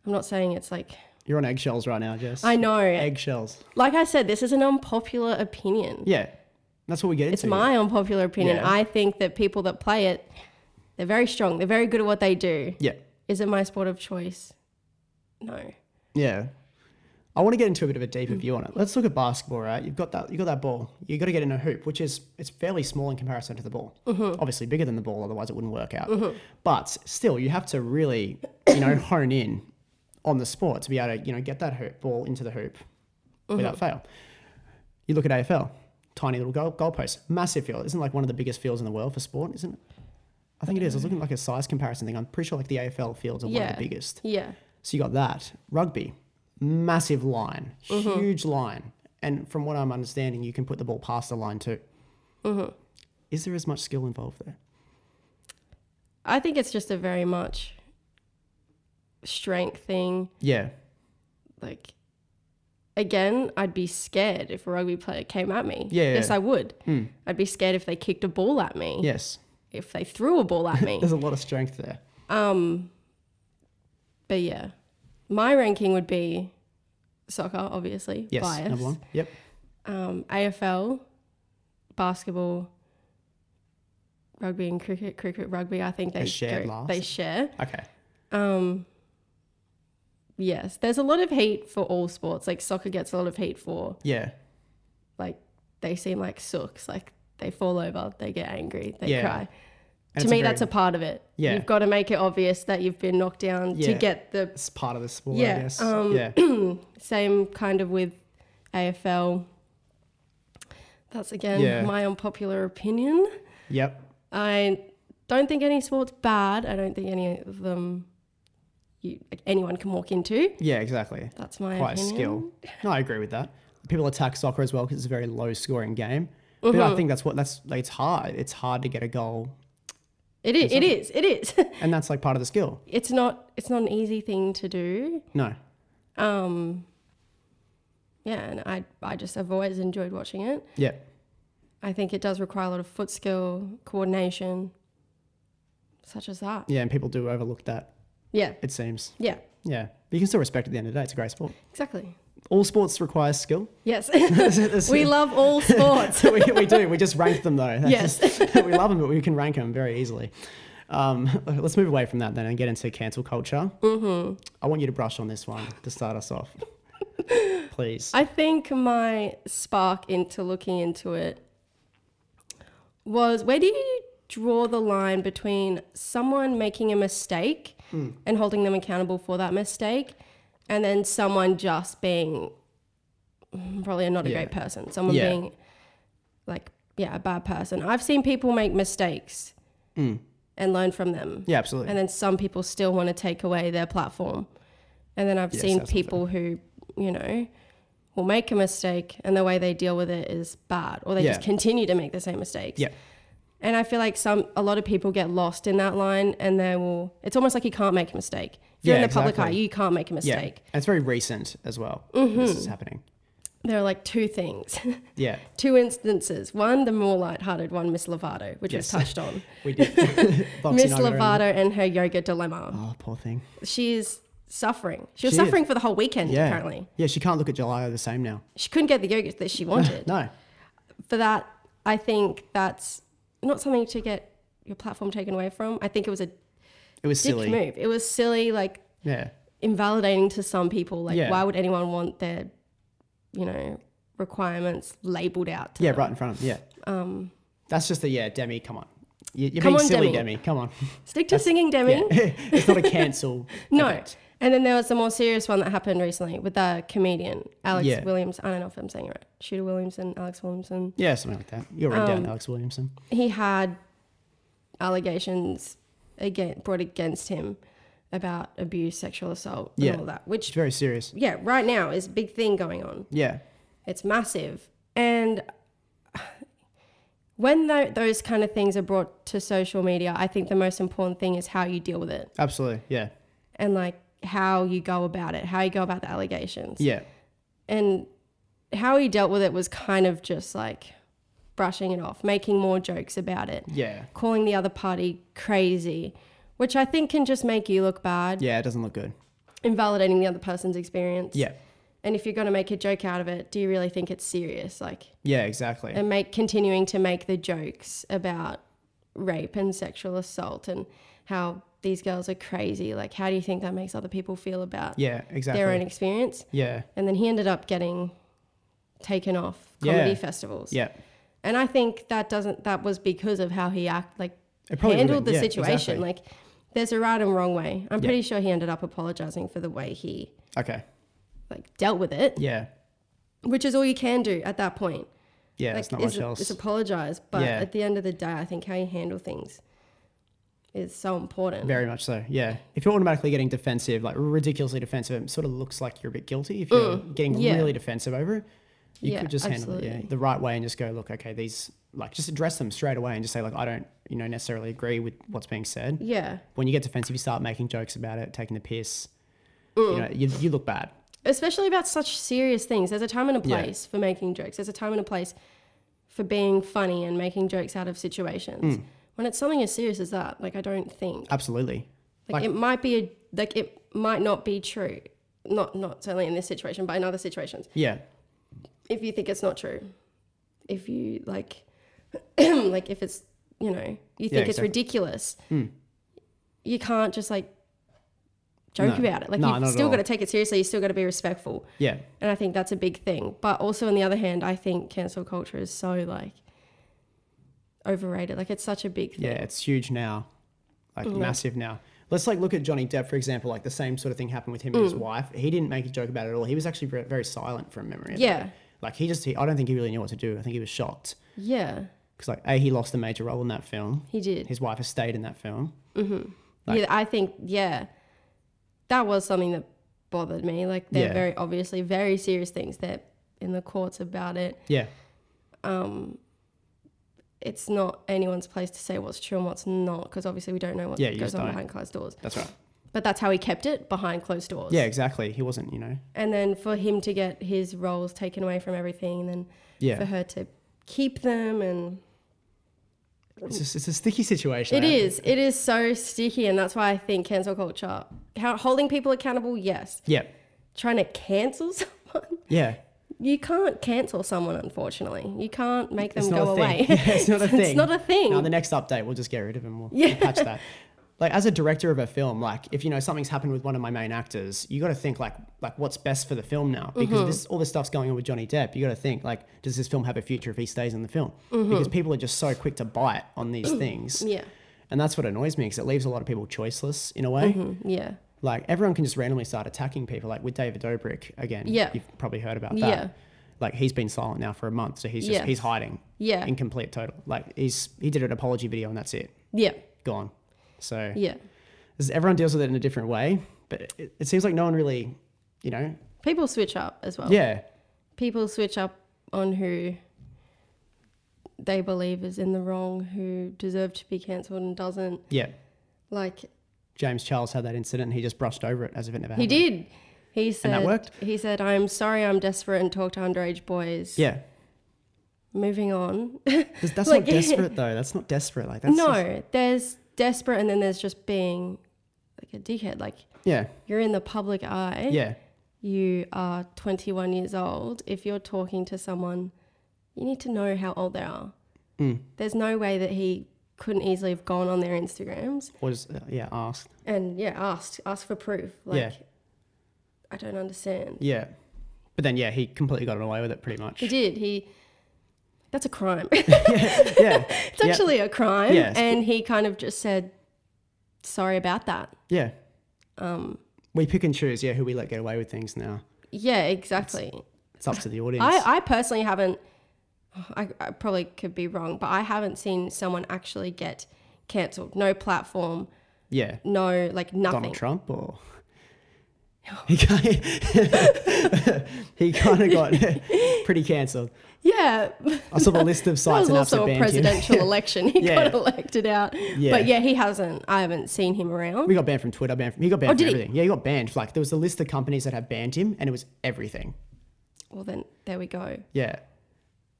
Speaker 2: I'm not saying it's like,
Speaker 1: You're on eggshells right now, Jess.
Speaker 2: I know.
Speaker 1: eggshells.
Speaker 2: like I said, this is an unpopular opinion.
Speaker 1: Yeah. That's what we get
Speaker 2: It's
Speaker 1: into.
Speaker 2: my unpopular opinion.
Speaker 1: Yeah.
Speaker 2: I think that people that play it, they're very strong. They're very good at what they do.
Speaker 1: Yeah.
Speaker 2: Is it my sport of choice? No.
Speaker 1: Yeah. I want to get into a bit of a deeper view on it. Let's look at basketball, right? You've got that you have got that ball. You've got to get in a hoop, which is it's fairly small in comparison to the ball. Obviously bigger than the ball, otherwise it wouldn't work out. But still you have to really, you know, hone in on the sport to be able to, you know, get that hoop ball into the hoop without fail. You look at AFL, tiny little goal goalpost, massive field. Isn't it like one of the biggest fields in the world for sport, isn't it? I think it is. I was looking at like a size comparison thing. I'm pretty sure like the AFL fields are one
Speaker 2: Yeah.
Speaker 1: of the biggest.
Speaker 2: Yeah.
Speaker 1: So you got that. Rugby, massive line,
Speaker 2: Mm-hmm.
Speaker 1: huge line. And from what I'm understanding, you can put the ball past the line too.
Speaker 2: Mm-hmm.
Speaker 1: Is there as much skill involved there?
Speaker 2: I think it's just a very much strength thing.
Speaker 1: Yeah.
Speaker 2: Like, again, I'd be scared if a rugby player came at me.
Speaker 1: Yeah, Hmm.
Speaker 2: Yes,
Speaker 1: yeah.
Speaker 2: I would. I'd be scared if they kicked a ball at me.
Speaker 1: Yes.
Speaker 2: If they threw a ball at
Speaker 1: (laughs)
Speaker 2: me.
Speaker 1: There's a lot of strength there.
Speaker 2: Um, but yeah, my ranking would be soccer, obviously.
Speaker 1: Yes.
Speaker 2: biased.
Speaker 1: Number one. Yep.
Speaker 2: Um, AFL, basketball, rugby and cricket. Cricket, rugby. I think they
Speaker 1: They shared
Speaker 2: go-
Speaker 1: last.
Speaker 2: They share.
Speaker 1: Okay.
Speaker 2: Um, yes, there's a lot of hate for all sports. Like soccer gets a lot of hate for
Speaker 1: Yeah.
Speaker 2: like they seem like sooks. Like they fall over, they get angry, they
Speaker 1: Yeah.
Speaker 2: cry.
Speaker 1: And
Speaker 2: to
Speaker 1: it's
Speaker 2: me,
Speaker 1: very-
Speaker 2: that's a part of it.
Speaker 1: Yeah.
Speaker 2: You've got to make it obvious that you've been knocked down to
Speaker 1: Yeah.
Speaker 2: get the
Speaker 1: it's part of the sport, I
Speaker 2: Yeah,
Speaker 1: guess.
Speaker 2: um, (clears throat)
Speaker 1: yeah.
Speaker 2: same kind of with AFL. That's again
Speaker 1: Yeah.
Speaker 2: my unpopular opinion.
Speaker 1: yep.
Speaker 2: I don't think any sport's bad. I don't think any of them you, anyone can walk into.
Speaker 1: Yeah, exactly.
Speaker 2: That's my
Speaker 1: Quite a
Speaker 2: opinion.
Speaker 1: skill. No, I agree with that. People attack soccer as well because it's a very low scoring game. But
Speaker 2: Mm-hmm.
Speaker 1: I think that's what that's like, it's hard. It's hard to get a goal,
Speaker 2: It is. It is. It is. (laughs)
Speaker 1: and that's like part of the skill.
Speaker 2: it's not. It's not an easy thing to do.
Speaker 1: No,
Speaker 2: Um, yeah, and I I just have always enjoyed watching it.
Speaker 1: yeah,
Speaker 2: I think it does require a lot of foot skill, coordination, such as that.
Speaker 1: yeah, and people do overlook that.
Speaker 2: Yeah.
Speaker 1: It seems.
Speaker 2: Yeah.
Speaker 1: Yeah, but you can still respect it at the end of the day. It's a great sport.
Speaker 2: Exactly.
Speaker 1: All sports require skill. (laughs)
Speaker 2: Yes.
Speaker 1: That's-
Speaker 2: we love all sports.
Speaker 1: we, we do. We just rank them though. That's
Speaker 2: Yes.
Speaker 1: just- (laughs) we love them, but we can rank them very easily. Um, (laughs) let's move away from that then and get into cancel culture. Mm-hmm. I want you to brush on this one to start us
Speaker 2: (laughs)
Speaker 1: off, please.
Speaker 2: I think my spark into looking into it was where do you draw the line between someone making a mistake
Speaker 1: Hmm.
Speaker 2: and holding them accountable for that mistake and then someone just being mm, probably not a
Speaker 1: Yeah.
Speaker 2: great person, someone
Speaker 1: Yeah.
Speaker 2: being like, yeah, a bad person. I've seen people make mistakes
Speaker 1: Hmm.
Speaker 2: and learn from them.
Speaker 1: yeah, absolutely.
Speaker 2: And then some people still want to take away their platform. And then I've
Speaker 1: Yes,
Speaker 2: seen
Speaker 1: that's unfair.
Speaker 2: people who, you know, will make a mistake and the way they deal with it is bad or they just
Speaker 1: Yeah.
Speaker 2: continue to make the same mistakes.
Speaker 1: yeah,
Speaker 2: And I feel like some a lot of people get lost in that line and they will it's almost like you can't make a mistake. If you're
Speaker 1: Yeah,
Speaker 2: in the public eye,
Speaker 1: exactly.
Speaker 2: you can't make
Speaker 1: yeah.
Speaker 2: a mistake. Mm-hmm.
Speaker 1: And it's very recent as well. that This is happening.
Speaker 2: There are like two things. (laughs)
Speaker 1: Yeah,
Speaker 2: two instances. One, the more lighthearted one, Miss Lovato, which
Speaker 1: Yes.
Speaker 2: was touched on.
Speaker 1: we
Speaker 2: (laughs)
Speaker 1: did. (laughs) Boxing
Speaker 2: Miss
Speaker 1: Nagra and-
Speaker 2: Lovato and her yoga dilemma.
Speaker 1: Oh, poor thing.
Speaker 2: she's suffering. She was
Speaker 1: She is.
Speaker 2: suffering for the whole weekend,
Speaker 1: Yeah.
Speaker 2: apparently.
Speaker 1: Yeah, she can't look at July the same now.
Speaker 2: She couldn't get the yogurt that she
Speaker 1: (laughs)
Speaker 2: wanted.
Speaker 1: No.
Speaker 2: For that, I think that's not something to get your platform taken away from. I think it was a dick
Speaker 1: It was silly.
Speaker 2: move. It was silly, like
Speaker 1: Yeah.
Speaker 2: invalidating to some people. Like,
Speaker 1: Yeah.
Speaker 2: why would anyone want their, you know, requirements labeled out? To
Speaker 1: Yeah,
Speaker 2: them?
Speaker 1: right in front of them. Yeah. Um, That's just the, yeah, Demi, come on. You- You're
Speaker 2: Come
Speaker 1: being
Speaker 2: on,
Speaker 1: silly,
Speaker 2: Demi.
Speaker 1: Demi. Come on. (laughs)
Speaker 2: Stick to singing, Demi.
Speaker 1: Yeah. (laughs) it's not a cancel.
Speaker 2: (laughs) No.
Speaker 1: event.
Speaker 2: And then there was the more serious one that happened recently with the comedian Alex
Speaker 1: Yeah.
Speaker 2: Williams. I don't know if I'm saying it right. Shooter Williamson, Alex Williamson.
Speaker 1: Yeah, something like that. You're right
Speaker 2: Um,
Speaker 1: down, Alex Williamson.
Speaker 2: he had allegations again brought against him about abuse, sexual assault, and
Speaker 1: Yeah.
Speaker 2: all that.
Speaker 1: It's
Speaker 2: Which
Speaker 1: very serious.
Speaker 2: yeah, right now is a big thing going on.
Speaker 1: Yeah.
Speaker 2: It's massive, and when tho- those kind of things are brought to social media, I think the most important thing is how you deal with it
Speaker 1: Absolutely. Yeah.
Speaker 2: and like how you go about it, how you go about the allegations,
Speaker 1: Yeah.
Speaker 2: and how he dealt with it was kind of just like brushing it off, making more jokes about it.
Speaker 1: Yeah.
Speaker 2: calling the other party crazy, which I think can just make you look bad,
Speaker 1: Yeah, it doesn't look good.
Speaker 2: invalidating the other person's experience.
Speaker 1: Yeah.
Speaker 2: And if you're going to make a joke out of it, do you really think it's serious? Like,
Speaker 1: Yeah, exactly.
Speaker 2: and make continuing to make the jokes about rape and sexual assault and how these girls are crazy. Like, how do you think that makes other people feel about
Speaker 1: yeah,
Speaker 2: their own
Speaker 1: exactly.
Speaker 2: experience?
Speaker 1: Yeah.
Speaker 2: And then he ended up getting taken off comedy
Speaker 1: Yeah.
Speaker 2: festivals.
Speaker 1: Yeah.
Speaker 2: And I think that doesn't that was because of how he act like
Speaker 1: It probably
Speaker 2: handled
Speaker 1: would've-
Speaker 2: the
Speaker 1: yeah,
Speaker 2: situation.
Speaker 1: exactly.
Speaker 2: Like there's a right and wrong way. I'm pretty sure he ended up apologizing for the way he
Speaker 1: Okay.
Speaker 2: like dealt with it,
Speaker 1: Yeah.
Speaker 2: which is all you can do at that point.
Speaker 1: Yeah,
Speaker 2: Like
Speaker 1: it's not
Speaker 2: is,
Speaker 1: much else.
Speaker 2: is apologize, but
Speaker 1: Yeah.
Speaker 2: at the end of the day, I think how you handle things is so important.
Speaker 1: Very much so. Yeah. If you're automatically getting defensive, like ridiculously defensive, it sort of looks like you're a bit guilty. If you're getting
Speaker 2: Mm, yeah.
Speaker 1: really defensive over it, you
Speaker 2: Yeah,
Speaker 1: could just handle it yeah,
Speaker 2: absolutely.
Speaker 1: the right way and just go, look, okay, these, like, just address them straight away and just say, like, I don't, you know, necessarily agree with what's being said.
Speaker 2: yeah,
Speaker 1: When you get defensive, you start making jokes about it, taking the piss.
Speaker 2: Mm.
Speaker 1: You know, you, you look bad.
Speaker 2: especially about such serious things. There's a time and a
Speaker 1: Yeah.
Speaker 2: place for making jokes. There's a time and a place for being funny and making jokes out of situations.
Speaker 1: Hmm.
Speaker 2: When it's something as serious as that, like I don't think
Speaker 1: Absolutely.
Speaker 2: like,
Speaker 1: Like-
Speaker 2: it might be a like it might not be true not not certainly in this situation but in other situations
Speaker 1: Yeah.
Speaker 2: if you think it's not true if you like (clears throat) like if it's you know you
Speaker 1: Yeah,
Speaker 2: think it's
Speaker 1: exactly. Hmm.
Speaker 2: ridiculous you can't just like joke
Speaker 1: No.
Speaker 2: about it like
Speaker 1: No, not
Speaker 2: you've
Speaker 1: at
Speaker 2: still got to
Speaker 1: all.
Speaker 2: take it seriously you still got to be respectful
Speaker 1: Yeah.
Speaker 2: and i think that's a big thing but also on the other hand i think cancel culture is so like overrated. Like it's such a big thing.
Speaker 1: Yeah, it's huge now, like
Speaker 2: Mm.
Speaker 1: massive now. Let's like look at Johnny Depp for example. Like the same sort of thing happened with him and his
Speaker 2: Mm.
Speaker 1: wife. He didn't make a joke about it at all. He was actually ve- very silent from memory. of it.
Speaker 2: Yeah.
Speaker 1: like he just he, I don't think he really knew what to do. I think he was shocked
Speaker 2: Yeah,
Speaker 1: because like a he lost a major role in that film.
Speaker 2: he did.
Speaker 1: His wife has stayed in that film.
Speaker 2: yeah, I think yeah, that was something that bothered me. Like they're
Speaker 1: Yeah.
Speaker 2: very obviously very serious things. They're in the courts about it.
Speaker 1: Yeah,
Speaker 2: Um, it's not anyone's place to say what's true and what's not because obviously we don't know what
Speaker 1: Yeah, you
Speaker 2: goes
Speaker 1: just
Speaker 2: on
Speaker 1: don't.
Speaker 2: behind closed doors.
Speaker 1: that's right.
Speaker 2: But that's how he kept it behind closed doors.
Speaker 1: Yeah, exactly. He wasn't, you know.
Speaker 2: And then for him to get his roles taken away from everything, and then for
Speaker 1: Yeah,
Speaker 2: her to keep them and
Speaker 1: it's just, it's a sticky situation.
Speaker 2: It
Speaker 1: eh?
Speaker 2: is. It is so sticky, and that's why I think cancel culture, how, holding people accountable, yes.
Speaker 1: Yeah,
Speaker 2: Trying to cancel (laughs) someone,
Speaker 1: yeah.
Speaker 2: you can't cancel someone. Unfortunately, you can't make them
Speaker 1: It's not
Speaker 2: go
Speaker 1: a thing.
Speaker 2: away.
Speaker 1: Yeah, (laughs) it's not a thing.
Speaker 2: It's not a thing.
Speaker 1: Now the next update, we'll just get rid of him. We'll
Speaker 2: Yeah.
Speaker 1: patch
Speaker 2: (laughs)
Speaker 1: that. Like as a director of a film, like if you know something's happened with one of my main actors, you got to think like like what's best for the film now because
Speaker 2: Mm-hmm.
Speaker 1: this all this stuff's going on with Johnny Depp. You got to think like does this film have a future if he stays in the film? Because people are just so quick to bite on
Speaker 2: (clears throat)
Speaker 1: these things,
Speaker 2: (laughs) Mm-hmm. yeah,
Speaker 1: and that's what annoys me because it leaves a lot of people choiceless in a way.
Speaker 2: Mm, yeah,
Speaker 1: Like everyone can just randomly start attacking people. Like with David Dobrik again,
Speaker 2: Yeah.
Speaker 1: you've probably heard about that.
Speaker 2: Yeah.
Speaker 1: Like he's been silent now for a month, so he's just
Speaker 2: Yes.
Speaker 1: he's hiding
Speaker 2: yeah,
Speaker 1: incomplete total. Like he's he did an apology video and that's it,
Speaker 2: yeah,
Speaker 1: gone. So
Speaker 2: yeah.
Speaker 1: this- everyone deals with it in a different way, but it, it seems like no one really, you know,
Speaker 2: People switch up as well.
Speaker 1: yeah,
Speaker 2: People switch up on who they believe is in the wrong, who deserve to be cancelled and doesn't.
Speaker 1: yeah.
Speaker 2: Like
Speaker 1: James Charles had that incident and he just brushed over it as if it never
Speaker 2: He
Speaker 1: happened.
Speaker 2: did. He said.
Speaker 1: Uh-huh. that worked?
Speaker 2: He said, "I'm sorry, I'm desperate and talk to underage boys."
Speaker 1: Yeah,
Speaker 2: Moving on. (laughs)
Speaker 1: That's- that's
Speaker 2: Like-
Speaker 1: not desperate though. That's not desperate. Like that's
Speaker 2: no,
Speaker 1: just-
Speaker 2: there's desperate, and then there's just being like a dickhead. Like
Speaker 1: yeah,
Speaker 2: you're in the public eye.
Speaker 1: yeah,
Speaker 2: You are 21 years old. If you're talking to someone, you need to know how old they are.
Speaker 1: Mm.
Speaker 2: There's no way that he couldn't easily have gone on their Instagrams
Speaker 1: or just uh, yeah, asked.
Speaker 2: and yeah, asked asked for proof. Like,
Speaker 1: Yeah.
Speaker 2: I don't understand.
Speaker 1: Yeah, but then yeah, he completely got away with it pretty much.
Speaker 2: He (laughs) did. He. That's a crime. (laughs)
Speaker 1: yeah,
Speaker 2: It's
Speaker 1: Yeah.
Speaker 2: actually a crime.
Speaker 1: Yes.
Speaker 2: And he kind of just said, sorry about that.
Speaker 1: yeah. Um, we pick and choose. Yeah, who we let get away with things now.
Speaker 2: Yeah, exactly.
Speaker 1: It's up to the audience.
Speaker 2: I, I personally haven't, I, I probably could be wrong, but I haven't seen someone actually get cancelled. No platform,
Speaker 1: yeah.
Speaker 2: no, like nothing.
Speaker 1: Donald Trump
Speaker 2: (laughs)
Speaker 1: or he kind he kind of
Speaker 2: (laughs)
Speaker 1: got pretty cancelled.
Speaker 2: Yeah. (laughs)
Speaker 1: I saw the list of
Speaker 2: That
Speaker 1: sites
Speaker 2: was
Speaker 1: and apps that
Speaker 2: also a
Speaker 1: banned him. (laughs)
Speaker 2: presidential election. He
Speaker 1: Yeah.
Speaker 2: got elected out.
Speaker 1: Yeah.
Speaker 2: But yeah, he hasn't. I haven't seen him around.
Speaker 1: We got banned from Twitter. Banned from, he got banned
Speaker 2: Oh, did
Speaker 1: from
Speaker 2: he?
Speaker 1: everything. Yeah, he got banned. Like there was a list of companies that had banned him, and it was everything.
Speaker 2: Well, then there we go.
Speaker 1: Yeah,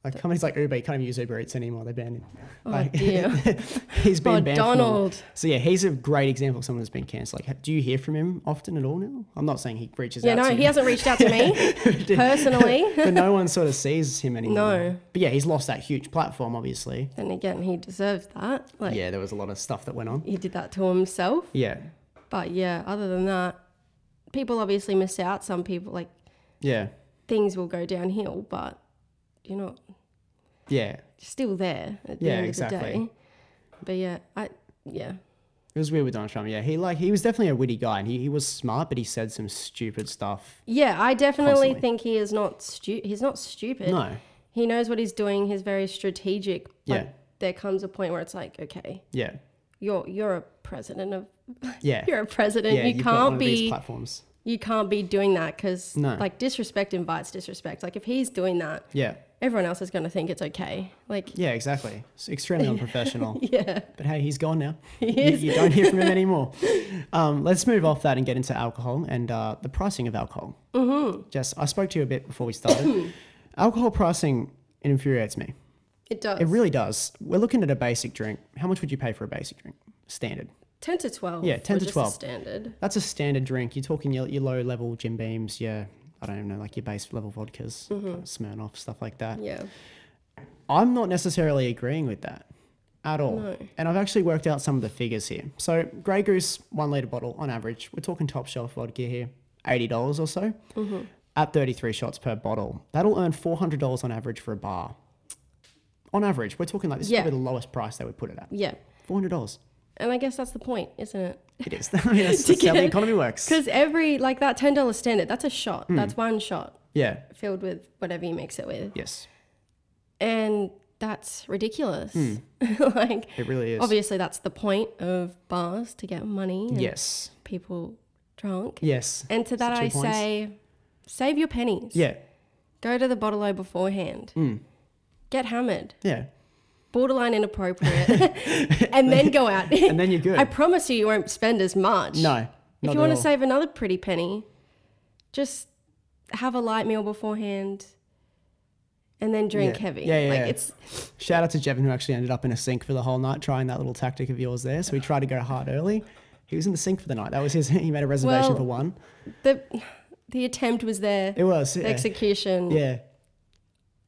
Speaker 1: like companies like Uber. You can't even use Uber Eats anymore. They banned him. (laughs)
Speaker 2: Oh,
Speaker 1: Like,
Speaker 2: dear.
Speaker 1: he's been
Speaker 2: Oh,
Speaker 1: banned. from all-
Speaker 2: Donald.
Speaker 1: So yeah, he's a great example of someone that's been cancelled. Like, do you hear from him often at all now? I'm not saying he reaches
Speaker 2: Yeah,
Speaker 1: out
Speaker 2: no,
Speaker 1: to
Speaker 2: he
Speaker 1: you.
Speaker 2: hasn't reached out
Speaker 1: (laughs)
Speaker 2: to me (laughs) personally.
Speaker 1: but no one sort of sees him anymore.
Speaker 2: No.
Speaker 1: But yeah, he's lost that huge platform, obviously.
Speaker 2: Then again, he deserves that. Like,
Speaker 1: yeah, there was a lot of stuff that went on.
Speaker 2: he did that to himself.
Speaker 1: Yeah,
Speaker 2: But yeah, other than that, people obviously miss out. Some people like
Speaker 1: yeah,
Speaker 2: things will go downhill, but you're not
Speaker 1: yeah. It
Speaker 2: still there at the
Speaker 1: Yeah,
Speaker 2: end of
Speaker 1: exactly.
Speaker 2: the day. But yeah, I yeah
Speaker 1: was weird with Donald Trump. Yeah, he like he was definitely a witty guy, and he, he was smart, but he said some stupid stuff.
Speaker 2: yeah I definitely
Speaker 1: Constantly.
Speaker 2: think he is not stu- he's not stupid.
Speaker 1: No,
Speaker 2: He knows what he's doing. He's very strategic. But
Speaker 1: Yeah.
Speaker 2: there comes a point where it's like, okay,
Speaker 1: yeah,
Speaker 2: you're you're a president of
Speaker 1: yeah,
Speaker 2: you're a president.
Speaker 1: yeah.
Speaker 2: you
Speaker 1: you've got one
Speaker 2: can't
Speaker 1: of these
Speaker 2: be
Speaker 1: platforms.
Speaker 2: you can't be doing that because
Speaker 1: No.
Speaker 2: like disrespect invites disrespect. Like if he's doing that,
Speaker 1: Yeah,
Speaker 2: everyone else is going to think it's okay. Like
Speaker 1: yeah, exactly. It's extremely unprofessional.
Speaker 2: yeah,
Speaker 1: But hey, he's gone now. You, you don't hear from him anymore. Um, let's move off that and get into alcohol and uh, the pricing of alcohol. Mm-hmm. Jess, I spoke to you a bit before we started. alcohol pricing infuriates me.
Speaker 2: it does.
Speaker 1: It really does. We're looking at a basic drink. How much would you pay for a basic drink? Standard.
Speaker 2: ten to twelve.
Speaker 1: Yeah, 10
Speaker 2: were
Speaker 1: to
Speaker 2: just the
Speaker 1: 12.
Speaker 2: standard.
Speaker 1: That's a standard drink. You're talking your, your low level Jim Beams, your, I don't know, like your base level vodkas, Smirnoff, stuff like that.
Speaker 2: Yeah,
Speaker 1: I'm not necessarily agreeing with that at all. And I've actually worked out some of the figures here. So, Grey Goose, one litre bottle on average, we're talking top shelf vodka here, $80 or so,
Speaker 2: Mm-hmm.
Speaker 1: at 33 shots per bottle. That'll earn $400 on average for a bar. on average. We're talking like this
Speaker 2: Yeah.
Speaker 1: is probably the lowest price they would put it at
Speaker 2: Yeah.
Speaker 1: four hundred dollars.
Speaker 2: And I guess that's the point, isn't it?
Speaker 1: It is. (laughs) I mean,
Speaker 2: (laughs)
Speaker 1: that's, that's how the
Speaker 2: get-
Speaker 1: economy works.
Speaker 2: Because every, like that $10 standard, that's a
Speaker 1: Hmm.
Speaker 2: shot. That's one shot
Speaker 1: Yeah.
Speaker 2: filled with whatever you mix it with.
Speaker 1: Yes.
Speaker 2: And that's ridiculous.
Speaker 1: Hmm.
Speaker 2: (laughs) like,
Speaker 1: It really is.
Speaker 2: obviously, that's the point of bars to get money and
Speaker 1: Yes.
Speaker 2: people drunk.
Speaker 1: Yes.
Speaker 2: And to that,
Speaker 1: two
Speaker 2: I
Speaker 1: points.
Speaker 2: say save your pennies.
Speaker 1: Yeah. Hmm.
Speaker 2: Go to the bottle o beforehand. Get hammered.
Speaker 1: Yeah. (laughs)
Speaker 2: borderline inappropriate, (laughs) and then go out.
Speaker 1: And then you're
Speaker 2: (laughs)
Speaker 1: good.
Speaker 2: I promise you, you won't spend as much.
Speaker 1: no.
Speaker 2: If
Speaker 1: not
Speaker 2: you
Speaker 1: at
Speaker 2: want to
Speaker 1: all.
Speaker 2: save another pretty penny, just have a light meal beforehand, and then drink
Speaker 1: Yeah.
Speaker 2: heavy.
Speaker 1: Yeah, yeah,
Speaker 2: Like
Speaker 1: yeah.
Speaker 2: it's
Speaker 1: Shout out to Jevin who actually ended up in a sink for the whole night trying that little tactic of yours there. So he tried to go hard early. He was in the sink for the night. That was his. (laughs) He made a reservation
Speaker 2: Well-
Speaker 1: for one.
Speaker 2: the the attempt was there,
Speaker 1: It was. Yeah.
Speaker 2: the execution
Speaker 1: yeah.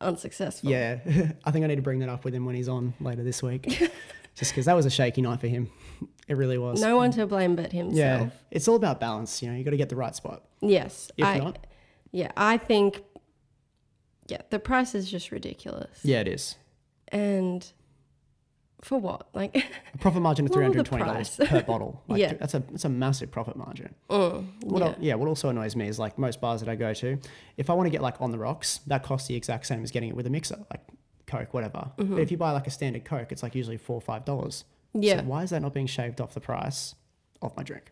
Speaker 2: unsuccessful.
Speaker 1: Yeah. (laughs) I think I need to bring that up with him when he's on later this
Speaker 2: (laughs)
Speaker 1: week. Just because that was a shaky night for him. It really was.
Speaker 2: No one to blame but
Speaker 1: yeah.
Speaker 2: himself.
Speaker 1: It's all about balance. You know, you got to get the right spot.
Speaker 2: Yes.
Speaker 1: If
Speaker 2: I,
Speaker 1: not-
Speaker 2: Yeah, I think. Yeah, the price is just ridiculous.
Speaker 1: Yeah, it is.
Speaker 2: And for what? Like, (laughs)
Speaker 1: A profit margin of three
Speaker 2: Lower the
Speaker 1: hundred twenty dollars
Speaker 2: price.
Speaker 1: per
Speaker 2: (laughs)
Speaker 1: bottle. Like,
Speaker 2: Yeah.
Speaker 1: that's a that's a massive profit margin.
Speaker 2: mm,
Speaker 1: What
Speaker 2: yeah.
Speaker 1: al- yeah, what also annoys me is like most bars that I go to, if I want to get like on the rocks, that costs the exact same as getting it with a mixer, like Coke, whatever.
Speaker 2: Mm-hmm.
Speaker 1: But if you buy like a standard Coke, it's like usually four or five dollars.
Speaker 2: Yeah.
Speaker 1: So why is that not being shaved off the price of my drink?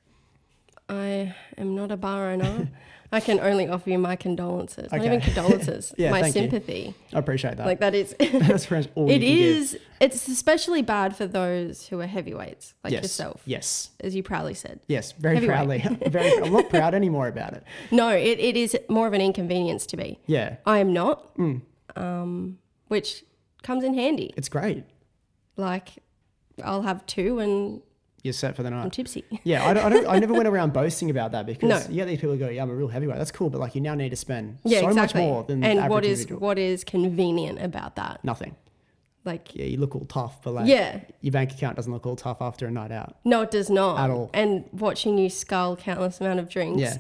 Speaker 2: I am not a
Speaker 1: (laughs)
Speaker 2: bar owner. I can only offer you my condolences. Not even
Speaker 1: Okay.
Speaker 2: condolences.
Speaker 1: (laughs) Yeah,
Speaker 2: my
Speaker 1: thank you.
Speaker 2: sympathy.
Speaker 1: I appreciate that.
Speaker 2: Like that is
Speaker 1: (laughs) that's pretty much all
Speaker 2: (laughs) it
Speaker 1: you can give.
Speaker 2: is it's especially bad for those who are heavyweights, like
Speaker 1: yes.
Speaker 2: yourself,
Speaker 1: Yes.
Speaker 2: as you proudly said.
Speaker 1: Yes. Very proudly. (laughs)
Speaker 2: Heavyweight.
Speaker 1: very I'm not proud anymore about it.
Speaker 2: No, it, it is more of an inconvenience to me.
Speaker 1: Yeah.
Speaker 2: I am not. Um,
Speaker 1: Mm.
Speaker 2: which comes in handy.
Speaker 1: It's great.
Speaker 2: Like I'll have two and
Speaker 1: You're set for the night.
Speaker 2: I'm tipsy. (laughs)
Speaker 1: Yeah, I, don't, I, don't, I never went around boasting about that because
Speaker 2: No.
Speaker 1: you get these people who go, yeah, I'm a real heavyweight. That's cool, but like you now need to spend
Speaker 2: Yeah,
Speaker 1: so
Speaker 2: exactly.
Speaker 1: much more than the
Speaker 2: and
Speaker 1: average
Speaker 2: what is
Speaker 1: individual.
Speaker 2: what is convenient about that?
Speaker 1: nothing.
Speaker 2: Like
Speaker 1: Yeah, you look all tough, but like
Speaker 2: yeah.
Speaker 1: your bank account doesn't look all tough after a night out.
Speaker 2: No, it does not.
Speaker 1: At all.
Speaker 2: And watching you scull countless amount of drinks,
Speaker 1: Yeah,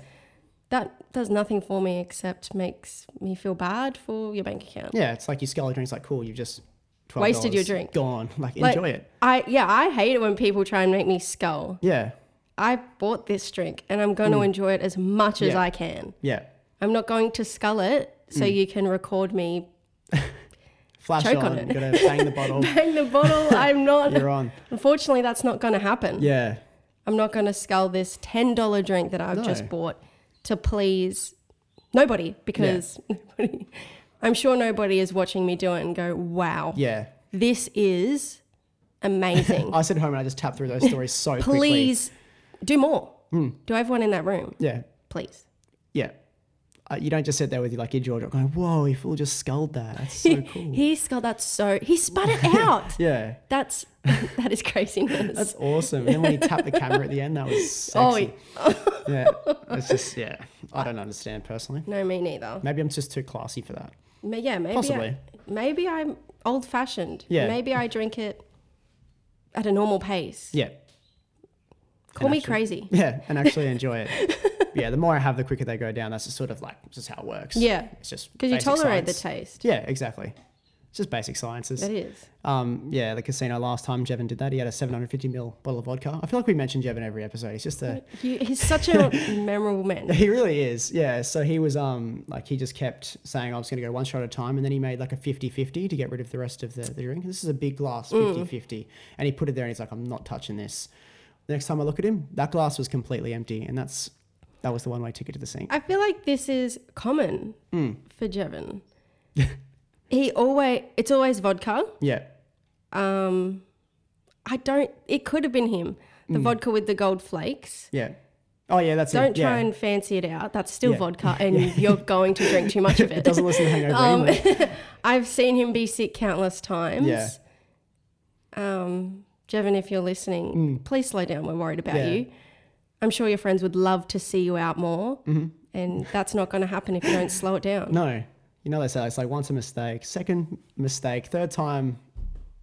Speaker 2: that does nothing for me except makes me feel bad for your bank account.
Speaker 1: yeah, it's like your skull drinks like cool. You've just $12
Speaker 2: Wasted your drink.
Speaker 1: Gone. Like
Speaker 2: Like,
Speaker 1: enjoy it.
Speaker 2: I yeah, I hate it when people try and make me scull.
Speaker 1: Yeah,
Speaker 2: I bought this drink and I'm going to enjoy it as much
Speaker 1: Mm. Yeah.
Speaker 2: as
Speaker 1: Mm.
Speaker 2: I can.
Speaker 1: yeah.
Speaker 2: I'm not going to scull it so you can record me
Speaker 1: Flash
Speaker 2: Choke
Speaker 1: on.
Speaker 2: on it.
Speaker 1: You gotta bang
Speaker 2: (laughs)
Speaker 1: the bottle.
Speaker 2: bang the
Speaker 1: (laughs)
Speaker 2: bottle. I'm not.
Speaker 1: You're on.
Speaker 2: Unfortunately, that's not going to happen.
Speaker 1: Yeah,
Speaker 2: I'm not going to scull this $10 drink that I've
Speaker 1: No.
Speaker 2: just bought to please nobody because nobody, I'm sure nobody is watching me do it and go, wow,
Speaker 1: yeah.
Speaker 2: this
Speaker 1: (laughs)
Speaker 2: is amazing.
Speaker 1: I sit home and I just tap through those stories so quickly. Hmm.
Speaker 2: please do more. Do everyone in that room,
Speaker 1: Yeah,
Speaker 2: please.
Speaker 1: yeah. Uh, you don't just sit there with your like your jaw dropped going, whoa, your fool just sculled that. That's
Speaker 2: (laughs)
Speaker 1: so cool.
Speaker 2: He sculled that so, he spun it out.
Speaker 1: (laughs) yeah.
Speaker 2: That's, (laughs) that is craziness.
Speaker 1: That's awesome. And then when he tapped the camera at the end, that was
Speaker 2: (laughs) oh,
Speaker 1: sexy.
Speaker 2: (laughs)
Speaker 1: yeah. It's just yeah. I don't understand personally.
Speaker 2: no, me neither.
Speaker 1: Maybe I'm just too classy for that.
Speaker 2: Ma- Yeah, maybe.
Speaker 1: Possibly.
Speaker 2: I, maybe I'm old fashioned.
Speaker 1: Yeah.
Speaker 2: Maybe I drink it at a normal pace.
Speaker 1: Yeah.
Speaker 2: Call
Speaker 1: And
Speaker 2: me
Speaker 1: actually- (laughs)
Speaker 2: crazy.
Speaker 1: Yeah, and actually enjoy it. yeah, the more I have, the quicker they go down. That's just sort of like it's just how it works.
Speaker 2: Yeah.
Speaker 1: It's just
Speaker 2: Because you
Speaker 1: basic
Speaker 2: tolerate
Speaker 1: science.
Speaker 2: the taste.
Speaker 1: Yeah, exactly. It's just basic sciences.
Speaker 2: That is.
Speaker 1: Um, yeah, the casino last time Jevin did that, he had a 750 ml bottle of vodka. I feel like we mention Jevin every episode. He's just a
Speaker 2: You, he's
Speaker 1: (laughs)
Speaker 2: such a memorable man.
Speaker 1: He really is. Yeah. So he was um like he just kept saying I was going to go one shot at a time and then he made like a 50-50 to get rid of the rest of the, the drink. This is a big glass
Speaker 2: Mm.
Speaker 1: 50-50 and he put it there and he's like I'm not touching this. The next time I look at him, that glass was completely empty and that's that was the one way ticket to the sink.
Speaker 2: I feel like this is common
Speaker 1: Hmm. (laughs)
Speaker 2: for Jevon. he always, it's always vodka.
Speaker 1: Yeah.
Speaker 2: Um, I don't, it could have been him.
Speaker 1: Hmm.
Speaker 2: The vodka with the gold flakes.
Speaker 1: Yeah. Oh yeah, that's
Speaker 2: Don't
Speaker 1: it. Yeah.
Speaker 2: try and fancy it out. That's still
Speaker 1: (laughs) Yeah.
Speaker 2: vodka, and you're going to drink too much of
Speaker 1: (laughs) it
Speaker 2: it.
Speaker 1: doesn't
Speaker 2: (laughs)
Speaker 1: listen to hangover
Speaker 2: Um,
Speaker 1: anyway.
Speaker 2: I've seen him be sick countless times.
Speaker 1: Yeah.
Speaker 2: Um, Jevon, if you're listening, please slow down. We're worried about
Speaker 1: Hmm. Yeah.
Speaker 2: you. I'm sure your friends would love to see you out more, and that's not going to happen if you don't slow it down.
Speaker 1: Mm-hmm. No. You know they say it's like once a mistake, second mistake, third time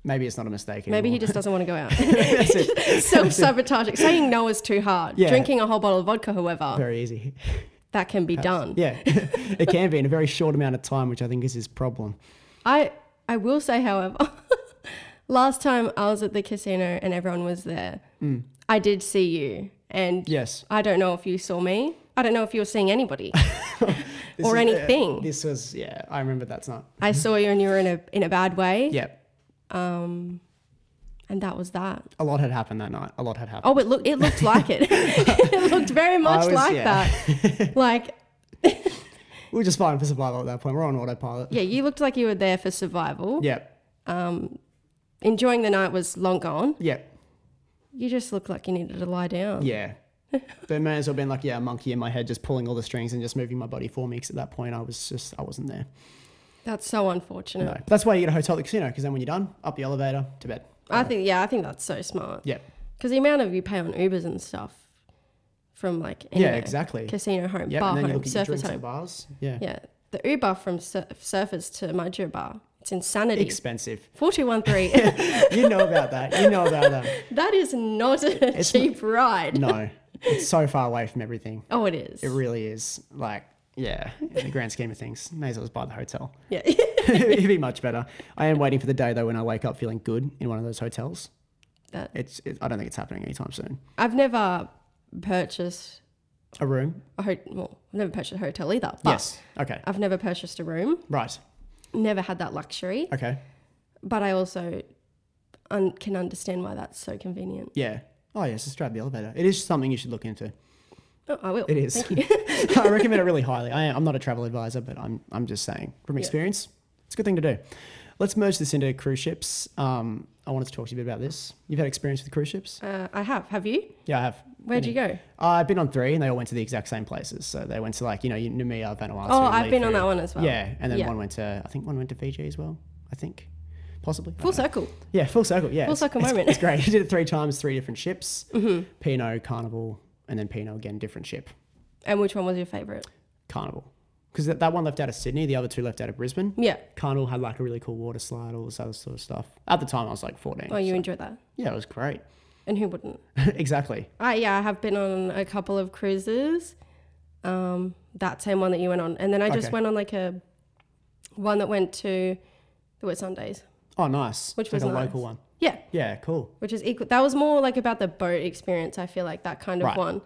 Speaker 1: maybe it's not a mistake anymore.
Speaker 2: Maybe he just doesn't want to go
Speaker 1: (laughs)
Speaker 2: out. (laughs)
Speaker 1: That's it.
Speaker 2: Self sabotaging. Saying no is too hard.
Speaker 1: Yeah.
Speaker 2: Drinking a whole bottle of vodka, however,
Speaker 1: Very easy.
Speaker 2: that can be done.
Speaker 1: Yeah, (laughs) it can be in a very short amount of time, which I think is his problem.
Speaker 2: I I will say, however, (laughs) last time I was at the casino and everyone was there,
Speaker 1: Mm.
Speaker 2: I did see you. And
Speaker 1: Yes.
Speaker 2: I don't know if you saw me. I don't know if you were
Speaker 1: (laughs)
Speaker 2: seeing anybody.
Speaker 1: This
Speaker 2: Or
Speaker 1: is- yeah,
Speaker 2: anything.
Speaker 1: this was yeah. I remember that's not.
Speaker 2: I saw you and you were in a in a bad way.
Speaker 1: Yeah.
Speaker 2: Um, and that was that.
Speaker 1: A lot had happened that night. A lot had happened.
Speaker 2: Oh, it looked it looked
Speaker 1: (laughs)
Speaker 2: like it. (laughs) it looked very much
Speaker 1: was-
Speaker 2: like
Speaker 1: yeah. (laughs)
Speaker 2: that. like Oh.
Speaker 1: We were just fighting for survival at that point. We're on autopilot.
Speaker 2: yeah, you looked like you were there for survival.
Speaker 1: Yep.
Speaker 2: Enjoying the night was long gone.
Speaker 1: Yep.
Speaker 2: You just looked like you needed to lie down.
Speaker 1: Yeah. there may as well been like yeah, a monkey in my head, just pulling all the strings and just moving my body for me. Because at that point, I was just I wasn't there.
Speaker 2: That's so unfortunate.
Speaker 1: No. That's why you get a hotel at the casino. Because then when you're done, up the elevator to bed.
Speaker 2: I think yeah, I think that's so smart.
Speaker 1: Yep.
Speaker 2: Because the amount of you pay on Ubers and stuff from like
Speaker 1: Yeah.
Speaker 2: anywhere,
Speaker 1: exactly.
Speaker 2: casino home,
Speaker 1: Yep.
Speaker 2: bar
Speaker 1: And then you
Speaker 2: home,
Speaker 1: look at your
Speaker 2: surface
Speaker 1: drinks
Speaker 2: home.
Speaker 1: at bars. Yeah.
Speaker 2: Yeah, the Uber from sur- surface to Majo bar, it's insanity.
Speaker 1: Expensive.
Speaker 2: Four two
Speaker 1: (laughs)
Speaker 2: one three. (laughs)
Speaker 1: You know about that. You know about that.
Speaker 2: That is not a
Speaker 1: It's
Speaker 2: cheap ride.
Speaker 1: No. It's so far away from everything.
Speaker 2: Oh, it is.
Speaker 1: It really is. Like, yeah, in the grand scheme of things, may as well just buy the hotel.
Speaker 2: yeah. (laughs)
Speaker 1: It'd be much better. I am waiting for the day though when I wake up feeling good in one of those hotels.
Speaker 2: That-
Speaker 1: It's. It, I don't think it's happening anytime soon.
Speaker 2: I've never purchased
Speaker 1: A room.
Speaker 2: a hotel. Well, I've never purchased a hotel either. But
Speaker 1: yes. Okay.
Speaker 2: I've never purchased a room.
Speaker 1: Right.
Speaker 2: Never had that luxury.
Speaker 1: Okay.
Speaker 2: But I also un- can understand why that's so convenient.
Speaker 1: Yeah. Oh yes, just drive the elevator. It is something you should look into.
Speaker 2: Oh, I will.
Speaker 1: It is. (laughs) I recommend it really highly. I am, I'm not a travel advisor, but I'm, I'm just saying from experience, it's a good thing to do. Let's merge this into cruise ships. Um, I wanted to talk to you a bit about this. You've had experience with cruise ships?
Speaker 2: Uh, I have. Have you?
Speaker 1: Yeah, I have.
Speaker 2: Where'd you go?
Speaker 1: Uh, I've been on three, and they all went to the exact same places. So they went to like you know Numia, Vanuatu.
Speaker 2: Oh, I've been on
Speaker 1: Lifu.
Speaker 2: that one as well.
Speaker 1: Yeah, and then
Speaker 2: Yeah.
Speaker 1: one went to I think one went to Fiji as well. I think, possibly. I
Speaker 2: Full
Speaker 1: don't know.
Speaker 2: circle.
Speaker 1: Yeah, full circle. Yeah,
Speaker 2: Full
Speaker 1: it's-
Speaker 2: circle
Speaker 1: it's-
Speaker 2: moment. Mm-hmm.
Speaker 1: It's great. (laughs) You did it three times, three different ships. mm Pinot, Carnival, and then Pinot again, different ship.
Speaker 2: And which one was your favorite?
Speaker 1: Carnival, because that, that one left out of Sydney, the other two left out of Brisbane.
Speaker 2: Yeah.
Speaker 1: Carnival had like a really cool water slide, all this other sort of stuff. At the time, I was like fourteen.
Speaker 2: Oh, you enjoyed that.
Speaker 1: Yeah, it was great. (laughs)
Speaker 2: And who wouldn't?
Speaker 1: exactly.
Speaker 2: I yeah, I have been on a couple of cruises. Um, that same one that you went on, and then I just
Speaker 1: Okay.
Speaker 2: went on like a one that went to the Whit Sundays.
Speaker 1: Oh, nice.
Speaker 2: Which
Speaker 1: It's like
Speaker 2: was
Speaker 1: a
Speaker 2: nice.
Speaker 1: local one.
Speaker 2: Yeah,
Speaker 1: Yeah, cool.
Speaker 2: which is equal. That was more like about the boat experience. I feel like that kind of
Speaker 1: Right.
Speaker 2: one,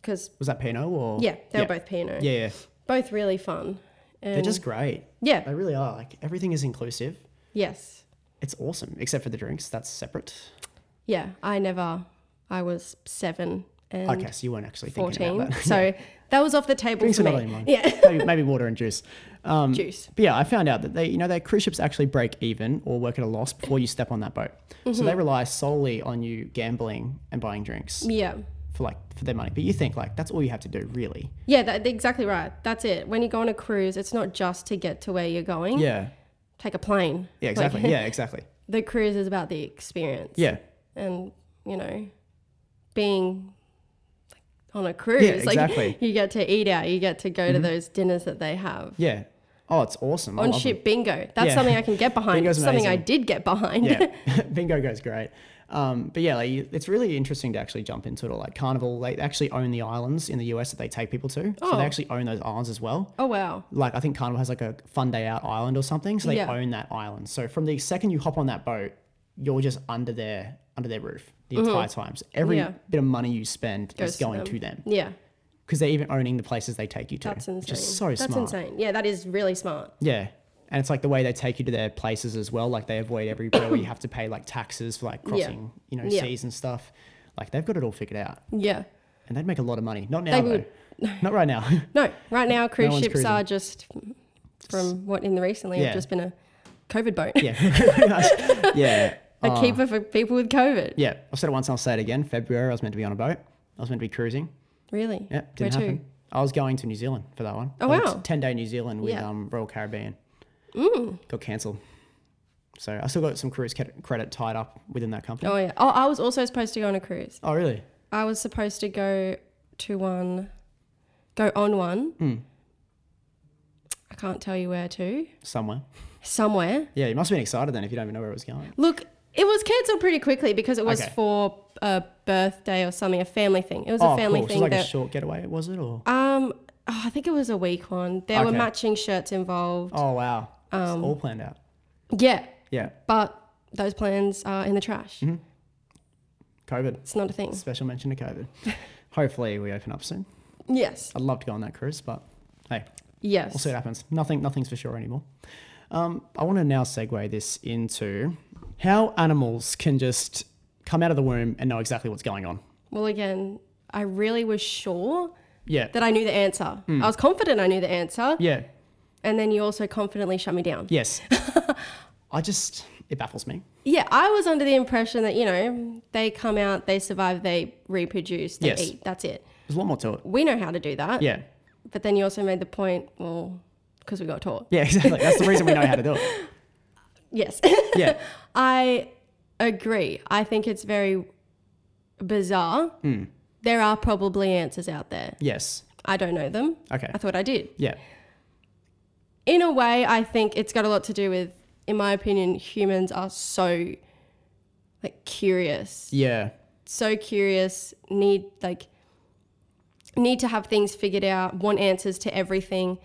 Speaker 2: because
Speaker 1: Was that Pinot or?
Speaker 2: yeah, they
Speaker 1: yeah.
Speaker 2: were both P and O.
Speaker 1: Yeah, yeah.
Speaker 2: both really fun. And
Speaker 1: They're just great.
Speaker 2: yeah,
Speaker 1: They really are. Like everything is inclusive.
Speaker 2: yes,
Speaker 1: It's awesome, except for the drinks. That's separate.
Speaker 2: yeah. I never. I was seven and
Speaker 1: Okay, so you weren't actually thinking about
Speaker 2: fourteen,
Speaker 1: that. (laughs)
Speaker 2: so that was off the table
Speaker 1: Drinks
Speaker 2: for
Speaker 1: are
Speaker 2: me.
Speaker 1: not in mine.
Speaker 2: Yeah, (laughs)
Speaker 1: (laughs) maybe, maybe water and juice. Um,
Speaker 2: juice.
Speaker 1: but yeah, I found out that they, you know, their cruise ships actually break even or work at a loss before you step on that boat. So they rely solely on you gambling and buying drinks
Speaker 2: Yeah.
Speaker 1: for like for their money. But you think like that's all you have to do, really?
Speaker 2: Yeah, that, exactly right. That's it. When you go on a cruise, it's not just to get to where you're going.
Speaker 1: Yeah.
Speaker 2: Take a plane.
Speaker 1: Yeah.
Speaker 2: Mm-hmm. Like,
Speaker 1: Exactly. yeah. Exactly.
Speaker 2: (laughs) The cruise is about the experience.
Speaker 1: Yeah.
Speaker 2: And, you know, being like, on a cruise. like,
Speaker 1: exactly.
Speaker 2: (laughs)
Speaker 1: Mm-hmm.
Speaker 2: you get to eat out, you get to go to those dinners that they have.
Speaker 1: Yeah. Oh, it's awesome. I
Speaker 2: On
Speaker 1: love
Speaker 2: ship bingo. That's
Speaker 1: Yeah.
Speaker 2: something I
Speaker 1: (laughs)
Speaker 2: can get behind.
Speaker 1: Bingo's
Speaker 2: something I
Speaker 1: amazing.
Speaker 2: did get behind.
Speaker 1: yeah, (laughs) bingo goes great. Um, but yeah, like, you- it's really interesting to actually jump into it. Or like Carnival, they actually own the islands in the US that they take people to, so
Speaker 2: Oh.
Speaker 1: they actually own those islands as well.
Speaker 2: (laughs) oh, wow.
Speaker 1: Like I think Carnival has like a fun day out island or something, so they
Speaker 2: Yeah.
Speaker 1: own that island. So from the second you hop on that boat, you're just under their under their roof the entire time. So every
Speaker 2: Mm-hmm. Yeah.
Speaker 1: bit of money you spend
Speaker 2: Goes
Speaker 1: is
Speaker 2: to
Speaker 1: going
Speaker 2: them.
Speaker 1: to them
Speaker 2: Yeah.
Speaker 1: because they're even owning the places they take you to.
Speaker 2: That's insane.
Speaker 1: Which is so
Speaker 2: That's
Speaker 1: smart.
Speaker 2: insane. Yeah, that is really smart.
Speaker 1: Yeah. And it's like the way they take you to their places as well. Like they avoid
Speaker 2: (coughs)
Speaker 1: everywhere where you have to pay like taxes for like crossing, you know,
Speaker 2: Yeah.
Speaker 1: seas and stuff. Like they've got it all figured out.
Speaker 2: Yeah.
Speaker 1: And they'd make a lot of money. Not now though.
Speaker 2: would.
Speaker 1: Not right now. (laughs)
Speaker 2: No, right now cruise
Speaker 1: one's
Speaker 2: ships are just from what in the recently
Speaker 1: Yeah.
Speaker 2: have just been a COVID boat,
Speaker 1: yeah. (laughs) yeah.
Speaker 2: a keeper for people with COVID.
Speaker 1: Yeah. I said it once and I'll say it again. February I was meant to be on a boat. I was meant to be cruising.
Speaker 2: Really?
Speaker 1: Yeah. Didn't
Speaker 2: Where to?
Speaker 1: happen. I was going to New Zealand for that one.
Speaker 2: Oh,
Speaker 1: I went
Speaker 2: wow.
Speaker 1: Ten day New Zealand with
Speaker 2: Yeah.
Speaker 1: um, Royal Caribbean. Got cancelled. So I still got some cruise cred- credit tied up within that company.
Speaker 2: Oh yeah. Oh, I was also supposed to go on a cruise.
Speaker 1: Oh really?
Speaker 2: I was supposed to go to one, go on one.
Speaker 1: Hmm.
Speaker 2: I can't tell you where to.
Speaker 1: Somewhere.
Speaker 2: Somewhere.
Speaker 1: Yeah, you must have been excited then if you don't even know where it was going.
Speaker 2: Look, it was cancelled pretty quickly because it was
Speaker 1: Okay.
Speaker 2: for a birthday or something, a family thing. It was a family
Speaker 1: cool.
Speaker 2: thing
Speaker 1: So Oh, it was like
Speaker 2: that
Speaker 1: a short getaway, was it? Or
Speaker 2: um. oh, I think it was a week one. There were
Speaker 1: Okay.
Speaker 2: matching shirts involved.
Speaker 1: oh wow, it's all planned out.
Speaker 2: Yeah,
Speaker 1: Yeah,
Speaker 2: but those plans are in the trash.
Speaker 1: Mm-hmm. COVID.
Speaker 2: It's not a thing.
Speaker 1: Special mention to
Speaker 2: (laughs)
Speaker 1: COVID. Hopefully we open up soon.
Speaker 2: Yes.
Speaker 1: I'd love to go on that cruise, but hey,
Speaker 2: Yes.
Speaker 1: we'll see what happens. Nothing, nothing's for sure anymore. Um, I want to now segue this into how animals can just come out of the womb and know exactly what's going on.
Speaker 2: Well, again, I really was sure
Speaker 1: Yeah,
Speaker 2: that I knew the answer. I was confident I knew the answer.
Speaker 1: Mm. yeah,
Speaker 2: And then you also confidently shut me down.
Speaker 1: yes. I just it baffles me.
Speaker 2: Yeah, I was under the impression that, you know, they come out, they survive, they reproduce, they
Speaker 1: Yes.
Speaker 2: eat. That's it.
Speaker 1: There's a lot more to it.
Speaker 2: We know how to do that.
Speaker 1: Yeah,
Speaker 2: But then you also made the point, well, because we got taught.
Speaker 1: yeah, (laughs) exactly. That's the reason we know how to do
Speaker 2: (laughs)
Speaker 1: it.
Speaker 2: Yes.
Speaker 1: Yeah,
Speaker 2: (laughs) I agree. I think it's very bizarre. There are probably answers out there.
Speaker 1: yes,
Speaker 2: I don't know them.
Speaker 1: okay,
Speaker 2: I thought I did.
Speaker 1: yeah,
Speaker 2: in a way, I think it's got a lot to do with, in my opinion, humans are so like curious,
Speaker 1: yeah,
Speaker 2: so curious, need like need to have things figured out, want answers to everything.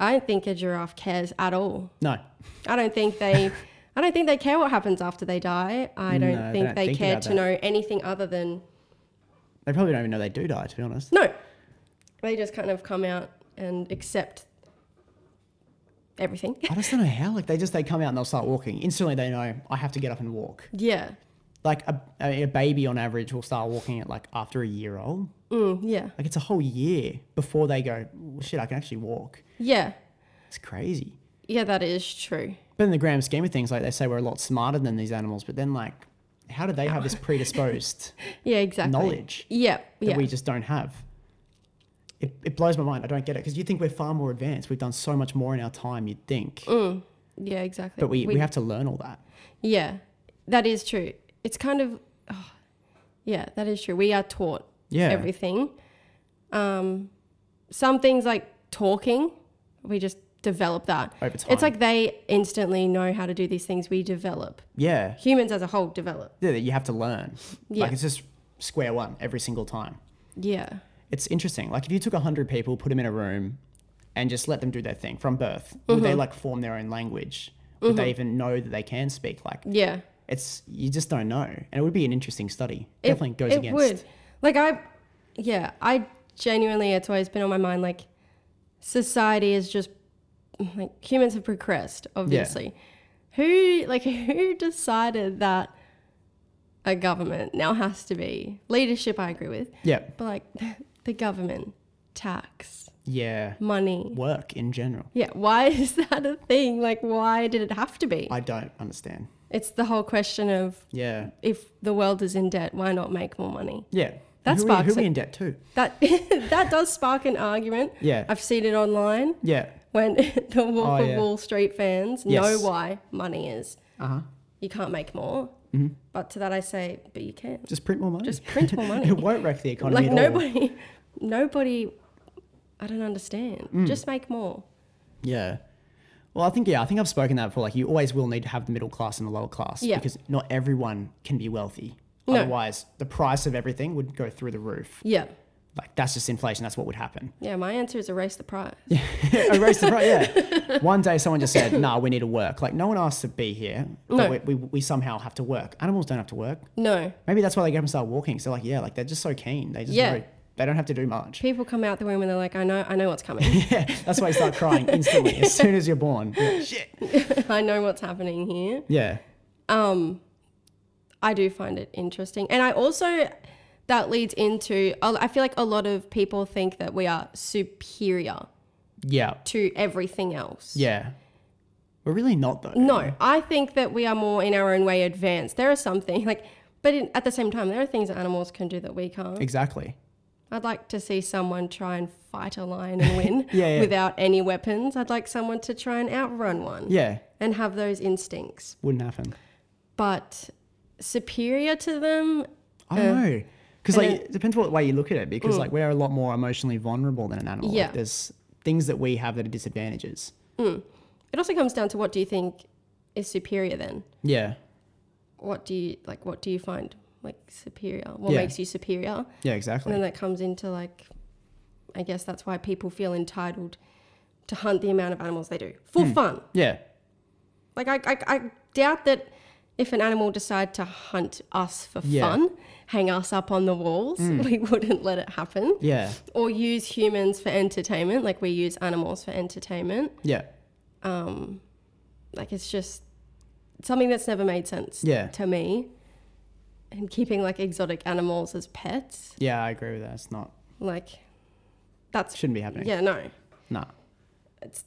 Speaker 2: I don't think a giraffe cares at all.
Speaker 1: no,
Speaker 2: I don't think they. I don't think they care what happens after they die. I don't
Speaker 1: No, they
Speaker 2: think
Speaker 1: don't
Speaker 2: they
Speaker 1: think
Speaker 2: care
Speaker 1: about
Speaker 2: to
Speaker 1: that.
Speaker 2: know anything other than
Speaker 1: they probably don't even know they do die. To be honest,
Speaker 2: no. They just kind of come out and accept everything.
Speaker 1: I just don't know how. Like they just they come out and they'll start walking instantly. They know I have to get up and walk.
Speaker 2: (laughs) yeah.
Speaker 1: Like a, a baby on average will start walking at like after a year old.
Speaker 2: Mm, yeah.
Speaker 1: Like it's a whole year before they go, well, shit, I can actually walk.
Speaker 2: Yeah.
Speaker 1: It's crazy.
Speaker 2: Yeah, that is true.
Speaker 1: But in the grand scheme of things, like they say we're a lot smarter than these animals, but then like, how do they have this (laughs) predisposed
Speaker 2: Yeah, exactly.
Speaker 1: knowledge
Speaker 2: Yeah,
Speaker 1: that
Speaker 2: yeah.
Speaker 1: we just don't have? It, it blows my mind. I don't get it because you think we're far more advanced. We've done so much more in our time, you'd think.
Speaker 2: Mm, yeah, exactly.
Speaker 1: But we, we, have to learn all that.
Speaker 2: Yeah, that is true. It's kind of, oh, yeah, that is true. We are taught
Speaker 1: Yeah.
Speaker 2: everything. Um, some things like talking, we just develop that.
Speaker 1: Over time.
Speaker 2: It's like they instantly know how to do these things. We develop.
Speaker 1: yeah.
Speaker 2: Humans as a whole develop.
Speaker 1: yeah. That you have to learn.
Speaker 2: Yeah.
Speaker 1: Like it's just square one every single time.
Speaker 2: Yeah.
Speaker 1: it's interesting. Like if you took 100 people, put them in a room and just let them do their thing from birth, would
Speaker 2: Mm-hmm.
Speaker 1: they like form their own language? Would they even know that they can speak? Like
Speaker 2: Yeah.
Speaker 1: it's, you just don't know. And it would be an interesting study. Definitely goes
Speaker 2: it
Speaker 1: against.
Speaker 2: would. Like I, yeah, I genuinely, it's always been on my mind. Like society is just like humans have progressed, obviously. Who like (laughs) who decided that a government now has to be leadership? I agree with,
Speaker 1: Yeah.
Speaker 2: but like (laughs) the government tax
Speaker 1: Yeah.
Speaker 2: money.
Speaker 1: Work in general.
Speaker 2: Yeah, why is that a thing? Like, why did it have to be?
Speaker 1: I don't understand.
Speaker 2: It's the whole question of
Speaker 1: Yeah.
Speaker 2: if the world is in debt, why not make more money?
Speaker 1: Yeah.
Speaker 2: That
Speaker 1: That's who, are- who
Speaker 2: sparks
Speaker 1: are we
Speaker 2: it.
Speaker 1: in debt to?
Speaker 2: That (laughs) that does spark an argument.
Speaker 1: Yeah.
Speaker 2: I've seen it online
Speaker 1: yeah.
Speaker 2: when (laughs) the Wolf
Speaker 1: Oh,
Speaker 2: of
Speaker 1: yeah.
Speaker 2: Wall Street fans know
Speaker 1: Yes.
Speaker 2: why money is.
Speaker 1: Uh-huh.
Speaker 2: You can't make more.
Speaker 1: Mm-hmm.
Speaker 2: But to that I say, but you can.
Speaker 1: Just print more money.
Speaker 2: Just print more
Speaker 1: (laughs)
Speaker 2: money.
Speaker 1: it won't wreck the economy at
Speaker 2: like
Speaker 1: all.
Speaker 2: nobody, nobody. I don't understand.
Speaker 1: Mm.
Speaker 2: Just make more.
Speaker 1: Yeah. Well, I think yeah, I think I've spoken that before. Like, you always will need to have the middle class and the lower class
Speaker 2: Yeah.
Speaker 1: because not everyone can be wealthy.
Speaker 2: No.
Speaker 1: Otherwise, the price of everything would go through the roof.
Speaker 2: Yeah,
Speaker 1: Like that's just inflation. That's what would happen. (laughs)
Speaker 2: yeah. My answer is erase the price.
Speaker 1: Erase the price.
Speaker 2: (laughs)
Speaker 1: Yeah. One day, someone just said, "Nah, we need to work." Like no one asked to be here,
Speaker 2: No.
Speaker 1: but we, we, we somehow have to work. Animals don't have to work.
Speaker 2: No,
Speaker 1: Maybe that's why they get up and start walking. So like, yeah, like they're just so keen. They just
Speaker 2: Yeah.
Speaker 1: know- they don't have to do much. (laughs)
Speaker 2: (laughs) people come out the womb and they're like, I know, I know what's coming. (laughs)
Speaker 1: Yeah, that's why you start crying instantly as soon as you're born. Yeah. Shit.
Speaker 2: I know what's happening here.
Speaker 1: Yeah.
Speaker 2: I do find it interesting. And I also, that leads into, I feel like a lot of people think that we are superior
Speaker 1: Yeah.
Speaker 2: to everything else.
Speaker 1: Yeah. We're really not though.
Speaker 2: No, I think that we are more in our own way advanced. There are some things, like, but in, at the same time, there are things that animals can do that we can't.
Speaker 1: Exactly.
Speaker 2: I'd like to see someone try and fight a lion and win
Speaker 1: (laughs) Yeah, yeah.
Speaker 2: without any weapons. I'd like someone to try and outrun one
Speaker 1: Yeah.
Speaker 2: and have those instincts.
Speaker 1: Wouldn't happen.
Speaker 2: But superior to them,
Speaker 1: I don't know. Because
Speaker 2: and Mm.
Speaker 1: like it depends what way you look at it. Because like we are a lot more emotionally vulnerable than an animal. Like,
Speaker 2: Yeah.
Speaker 1: there's things that we have that are disadvantages.
Speaker 2: it also comes down to what do you think is superior then?
Speaker 1: Yeah.
Speaker 2: what do you like what do you find like superior what
Speaker 1: Yeah.
Speaker 2: makes you superior
Speaker 1: Yeah.
Speaker 2: and then
Speaker 1: Exactly.
Speaker 2: that comes into like i guess that's why people feel entitled to
Speaker 1: Hmm.
Speaker 2: hunt the amount of animals they do for fun
Speaker 1: Yeah.
Speaker 2: like I, I i doubt that if an animal decided to hunt us for
Speaker 1: Yeah. Hmm.
Speaker 2: fun, hang us up on the walls, (laughs) we wouldn't let it happen.
Speaker 1: Yeah.
Speaker 2: Or use humans for entertainment, like we use animals for entertainment.
Speaker 1: Yeah.
Speaker 2: Um, like it's just something that's never made sense
Speaker 1: Yeah.
Speaker 2: to me. And keeping like exotic animals as pets,
Speaker 1: Yeah, I agree with that. It's not
Speaker 2: like that's
Speaker 1: shouldn't be happening.
Speaker 2: yeah, no,
Speaker 1: Nah.
Speaker 2: it's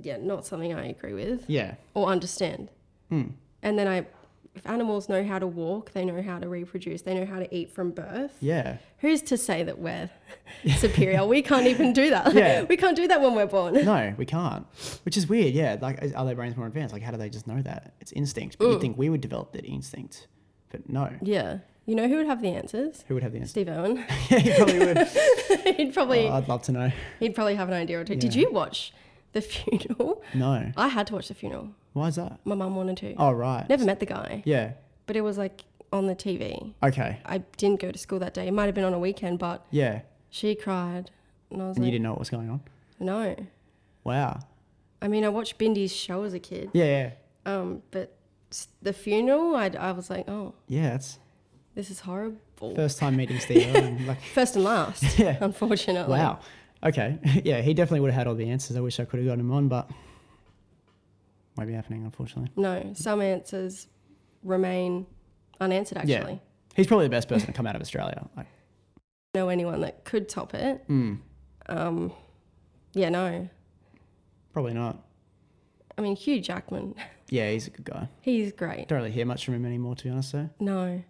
Speaker 2: yeah, not something I agree with.
Speaker 1: Yeah.
Speaker 2: or understand.
Speaker 1: Hmm.
Speaker 2: And then I, if animals know how to walk, they know how to reproduce, they know how to eat from birth.
Speaker 1: Yeah.
Speaker 2: Who's to say that we're (laughs) superior? We can't even do that.
Speaker 1: (laughs) Yeah.
Speaker 2: we can't do that when we're born.
Speaker 1: No, we can't. Which is weird. Yeah. Like, is- are their brains more advanced? Like, how do they just know that? It's instinct. But you'd think we would develop that instinct. But no.
Speaker 2: Yeah. You know who would have the answers?
Speaker 1: Who would have the
Speaker 2: (laughs)
Speaker 1: instinct?
Speaker 2: Steve Irwin.
Speaker 1: yeah, you probably would.
Speaker 2: he'd probably
Speaker 1: Oh, I'd love to know.
Speaker 2: he'd probably have an idea or two. Did
Speaker 1: Yeah.
Speaker 2: you watch the funeral?
Speaker 1: No.
Speaker 2: I had to watch the funeral.
Speaker 1: Why is that?
Speaker 2: My mum wanted to.
Speaker 1: Oh, right.
Speaker 2: Never met the guy,
Speaker 1: Yeah.
Speaker 2: but it was like on the TV.
Speaker 1: Okay.
Speaker 2: I didn't go to school that day. It might have been on a weekend, but
Speaker 1: Yeah.
Speaker 2: she cried, and I was
Speaker 1: And you
Speaker 2: like,
Speaker 1: didn't know what was going on.
Speaker 2: no.
Speaker 1: Wow.
Speaker 2: I mean, I watched Bindi's show as a kid,
Speaker 1: Yeah. Yeah.
Speaker 2: um, but s- the funeral, I, I was like, oh,
Speaker 1: Yeah. That's
Speaker 2: this is horrible. First,
Speaker 1: first time meeting Steve. Irwin, like,
Speaker 2: and
Speaker 1: (laughs)
Speaker 2: last,
Speaker 1: Yeah.
Speaker 2: unfortunately.
Speaker 1: wow. Okay. (laughs) yeah. He definitely would have had all the answers. I wish I could have gotten him on, but won't be happening, unfortunately.
Speaker 2: No, some answers remain unanswered, actually.
Speaker 1: Yeah. He's probably the best person to come out of Australia. Like,
Speaker 2: Know anyone that could top it?
Speaker 1: mm,
Speaker 2: Um, yeah, no.
Speaker 1: probably not.
Speaker 2: I mean, Hugh Jackman, (laughs)
Speaker 1: Yeah, he's a good guy.
Speaker 2: he's great.
Speaker 1: Don't really hear much from him anymore, to be honest. So
Speaker 2: No,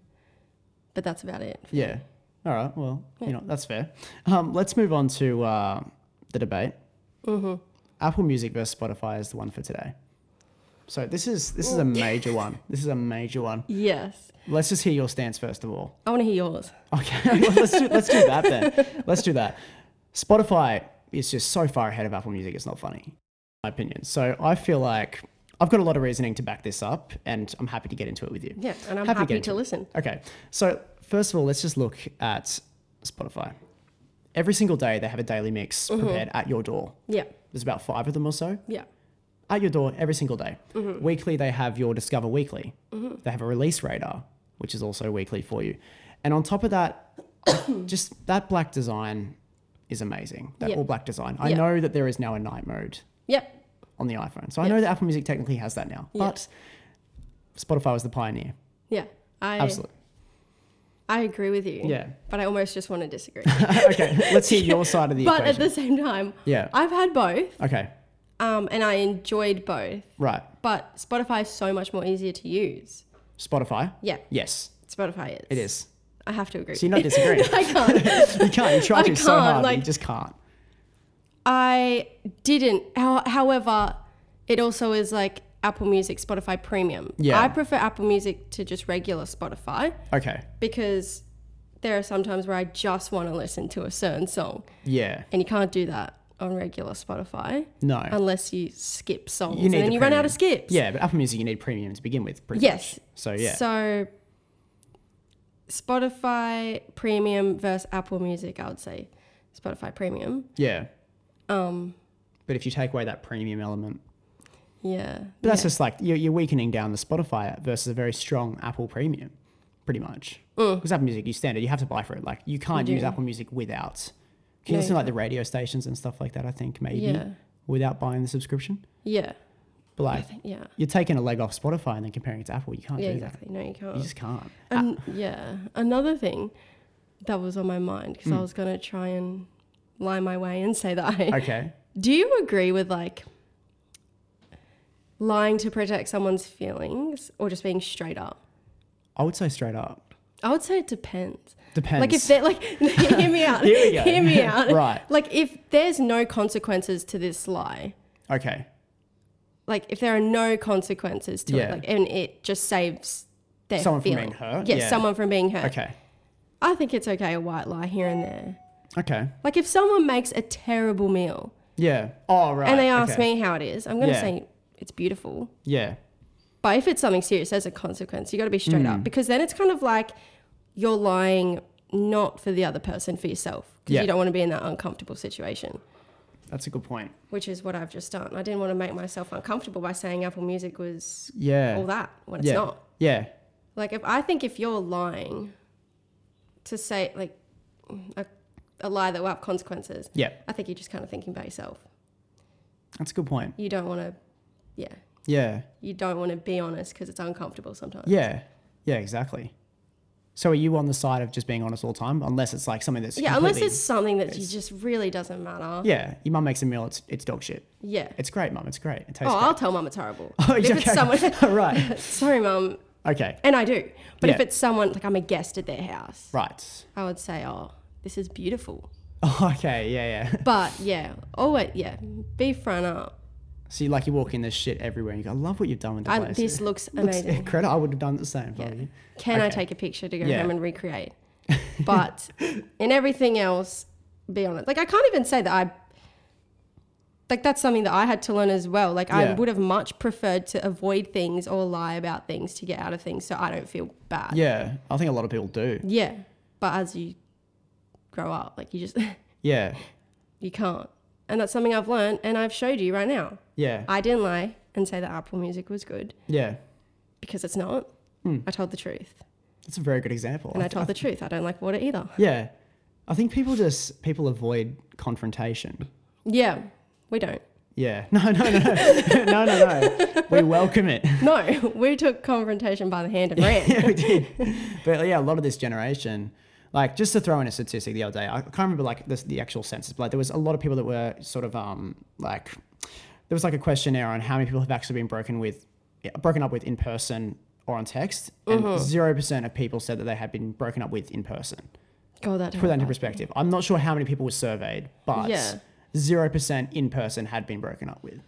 Speaker 2: but that's about it.
Speaker 1: yeah. All right. Well, you
Speaker 2: Yeah.
Speaker 1: know that's fair. Um, let's move on to uh, the debate.
Speaker 2: Mm-hmm.
Speaker 1: Apple Music versus Spotify is the one for today. So this is this is a
Speaker 2: (laughs)
Speaker 1: major one. This is a major one.
Speaker 2: Yes.
Speaker 1: Let's just hear your stance first of
Speaker 2: (laughs)
Speaker 1: all.
Speaker 2: I want to hear yours.
Speaker 1: Okay, (laughs) well, let's do, let's do that then. Let's do that. Spotify is just so far ahead of Apple Music. It's not funny, in my opinion. So I feel like I've got a lot of reasoning to back this up, and I'm happy to get into it with you.
Speaker 2: Yeah, and I'm
Speaker 1: Happy to
Speaker 2: happy,
Speaker 1: get into
Speaker 2: to
Speaker 1: it.
Speaker 2: listen.
Speaker 1: Okay. So, first of all, let's just look at Spotify. Every single day, they have a daily mix
Speaker 2: Mm-hmm.
Speaker 1: prepared at your door.
Speaker 2: Yeah,
Speaker 1: There's about five of them or so
Speaker 2: yeah,
Speaker 1: at your door every single day.
Speaker 2: Mm-hmm.
Speaker 1: Weekly, they have your Discover Weekly. They have a release radar, which is also weekly for you. And on top of that, (coughs) just that black design is amazing. That
Speaker 2: Yeah.
Speaker 1: all black design. I
Speaker 2: Yeah.
Speaker 1: know that there is now a night mode
Speaker 2: yeah,
Speaker 1: on the iPhone. So I
Speaker 2: Yeah.
Speaker 1: know that Apple Music technically has that now,
Speaker 2: Yeah.
Speaker 1: but Spotify was the pioneer.
Speaker 2: yeah. I
Speaker 1: Absolutely. (laughs)
Speaker 2: I agree with you.
Speaker 1: Yeah.
Speaker 2: But I almost just want
Speaker 1: (laughs)
Speaker 2: to disagree.
Speaker 1: okay, let's hear your side of the
Speaker 2: but at
Speaker 1: equation.
Speaker 2: the same time,
Speaker 1: yeah.
Speaker 2: I've had both
Speaker 1: okay.
Speaker 2: um, and I enjoyed both.
Speaker 1: Right.
Speaker 2: But Spotify is so much more easier to use.
Speaker 1: Spotify.
Speaker 2: Yeah,
Speaker 1: Yes,
Speaker 2: Spotify is.
Speaker 1: it is.
Speaker 2: I have to agree.
Speaker 1: So you're not
Speaker 2: (laughs)
Speaker 1: disagreeing.
Speaker 2: I can't.
Speaker 1: you can't. You try
Speaker 2: I
Speaker 1: to so
Speaker 2: can't,
Speaker 1: hard, but you
Speaker 2: like-
Speaker 1: just can't.
Speaker 2: I didn't. How, however, it also is like Apple Music, Spotify Premium.
Speaker 1: Yeah.
Speaker 2: I prefer Apple Music to just regular Spotify
Speaker 1: Okay.
Speaker 2: because there are some times where I just want to listen to a certain song,
Speaker 1: Yeah.
Speaker 2: and you can't do that on regular Spotify.
Speaker 1: No.
Speaker 2: unless you skip songs
Speaker 1: need
Speaker 2: and then
Speaker 1: the
Speaker 2: you run out of
Speaker 1: premium.
Speaker 2: skips.
Speaker 1: Yeah, but Apple Music, you need premium to begin with. Pretty
Speaker 2: Yes.
Speaker 1: Much. So yeah.
Speaker 2: So Spotify Premium versus Apple Music, I would say Spotify Premium.
Speaker 1: yeah.
Speaker 2: Um,
Speaker 1: But if you take away that premium element,
Speaker 2: yeah.
Speaker 1: but that's just like you're, you're weakening down the Spotify app versus a very strong Apple Premium, pretty much. Because Apple Music, you standard, you have to buy for it. Like you can't
Speaker 2: Mm. You
Speaker 1: use
Speaker 2: do.
Speaker 1: Apple Music without. Can you
Speaker 2: No,
Speaker 1: listen
Speaker 2: you
Speaker 1: to like the radio stations and stuff like that? I think maybe
Speaker 2: Yeah.
Speaker 1: without buying the subscription.
Speaker 2: Yeah.
Speaker 1: But
Speaker 2: I
Speaker 1: like
Speaker 2: think yeah.
Speaker 1: you're taking a leg off Spotify and then comparing it to Apple, you can't
Speaker 2: Yeah,
Speaker 1: do
Speaker 2: exactly. No, you
Speaker 1: that. You
Speaker 2: can't.
Speaker 1: just
Speaker 2: (laughs)
Speaker 1: ah. can't.
Speaker 2: And yeah. Another thing that was on my mind because
Speaker 1: Hmm.
Speaker 2: I was gonna try and lie my way and say that I
Speaker 1: Okay.
Speaker 2: (laughs) do you agree with like lying to protect someone's feelings or just being straight up?
Speaker 1: I would say straight up.
Speaker 2: I would say it depends.
Speaker 1: Depends.
Speaker 2: Like if they're like, (laughs) hear me
Speaker 1: (laughs)
Speaker 2: out.
Speaker 1: Here we go.
Speaker 2: Hear me out.
Speaker 1: Right.
Speaker 2: Like if there's no consequences to this lie,
Speaker 1: Okay.
Speaker 2: like if there are no consequences to
Speaker 1: Yeah.
Speaker 2: it, like and it just saves their
Speaker 1: Someone from
Speaker 2: feeling.
Speaker 1: being hurt?
Speaker 2: Yeah,
Speaker 1: Yeah.
Speaker 2: someone from being hurt.
Speaker 1: Okay.
Speaker 2: I think it's okay a white lie here and there.
Speaker 1: Okay.
Speaker 2: Like if someone makes a terrible meal
Speaker 1: Yeah. Oh right.
Speaker 2: and they ask
Speaker 1: okay.
Speaker 2: me how it is, I'm gonna
Speaker 1: Yeah.
Speaker 2: say it's beautiful.
Speaker 1: Yeah.
Speaker 2: But if it's something serious, there's a consequence. You got to be straight
Speaker 1: Mm.
Speaker 2: up because then it's kind of like you're lying not for the other person, for yourself, because
Speaker 1: Yeah.
Speaker 2: you don't want to be in that uncomfortable situation.
Speaker 1: That's a good point.
Speaker 2: which is what I've just done. I didn't want to make myself uncomfortable by saying Apple Music was
Speaker 1: Yeah.
Speaker 2: all that when it's
Speaker 1: Yeah.
Speaker 2: not.
Speaker 1: Yeah.
Speaker 2: Like if I think if you're lying to say like a, a lie that will have consequences,
Speaker 1: Yeah.
Speaker 2: I think you're just kind of thinking about yourself.
Speaker 1: That's a good point.
Speaker 2: You don't want to, yeah,
Speaker 1: Yeah.
Speaker 2: you don't want to be honest because it's uncomfortable sometimes.
Speaker 1: Yeah. Yeah, exactly. So are you on the side of just being honest all the time? Unless it's like something that's
Speaker 2: Yeah, unless
Speaker 1: completely-
Speaker 2: it's something that you just really doesn't matter.
Speaker 1: Yeah, your mum makes a meal, it's it's dog shit.
Speaker 2: Yeah.
Speaker 1: It's great, mum, it's great. It tastes
Speaker 2: Oh, I'll tell mum
Speaker 1: (laughs)
Speaker 2: it's horrible.
Speaker 1: great.
Speaker 2: But if it's
Speaker 1: (laughs)
Speaker 2: someone,
Speaker 1: someone Right.
Speaker 2: sorry, mum,
Speaker 1: Okay.
Speaker 2: and I do. But if
Speaker 1: Yeah.
Speaker 2: it's someone like I'm a guest at their house,
Speaker 1: Right. (laughs)
Speaker 2: I would say, oh, this is beautiful.
Speaker 1: Oh, okay, yeah, yeah.
Speaker 2: But yeah, always yeah, be front up.
Speaker 1: So you like you walk in this shit everywhere and you go, I love what you've done with the
Speaker 2: I,
Speaker 1: place.
Speaker 2: this looks
Speaker 1: (laughs) Looks
Speaker 2: amazing.
Speaker 1: incredible. I would have done the same.
Speaker 2: Yeah.
Speaker 1: probably.
Speaker 2: Can I
Speaker 1: Okay.
Speaker 2: take a picture to go
Speaker 1: Yeah.
Speaker 2: home and
Speaker 1: (laughs)
Speaker 2: recreate? But in everything else, be honest. Like I can't even say that I like that's something that I had to learn as well. Like I
Speaker 1: Yeah.
Speaker 2: would have much preferred to avoid things or lie about things to get out of things so I don't feel bad.
Speaker 1: Yeah, I think a lot of people do.
Speaker 2: Yeah. But as you grow up, like you just (laughs)
Speaker 1: Yeah,
Speaker 2: you can't. And that's something I've learned and I've showed you right now.
Speaker 1: yeah,
Speaker 2: I didn't lie and say that Apple Music was good
Speaker 1: yeah.
Speaker 2: because it's not.
Speaker 1: Hmm.
Speaker 2: I told the truth.
Speaker 1: That's a very good example.
Speaker 2: And I
Speaker 1: I-
Speaker 2: told the truth. I don't like water either.
Speaker 1: yeah, I think people just people avoid confrontation.
Speaker 2: Yeah, we don't. (laughs)
Speaker 1: Yeah. (laughs) No, no, no. no, (laughs) no, no. We welcome it.
Speaker 2: No, we took confrontation by the hand
Speaker 1: (laughs)
Speaker 2: and ran.
Speaker 1: yeah, we did. But yeah, a lot of this generation, like just to throw in a statistic the other day, I can't remember like the, the actual census, but like, there was a lot of people that were sort of um like there was like a questionnaire on how many people have actually been broken with, yeah, broken up with in person or on text, and
Speaker 2: Mm-hmm.
Speaker 1: 0 percent of people said that they had been broken up with in person. Put
Speaker 2: God, that
Speaker 1: that into
Speaker 2: terrified.
Speaker 1: perspective. I'm not sure how many people were surveyed, but
Speaker 2: Oh, Yeah.
Speaker 1: zero percent in person had been broken up with,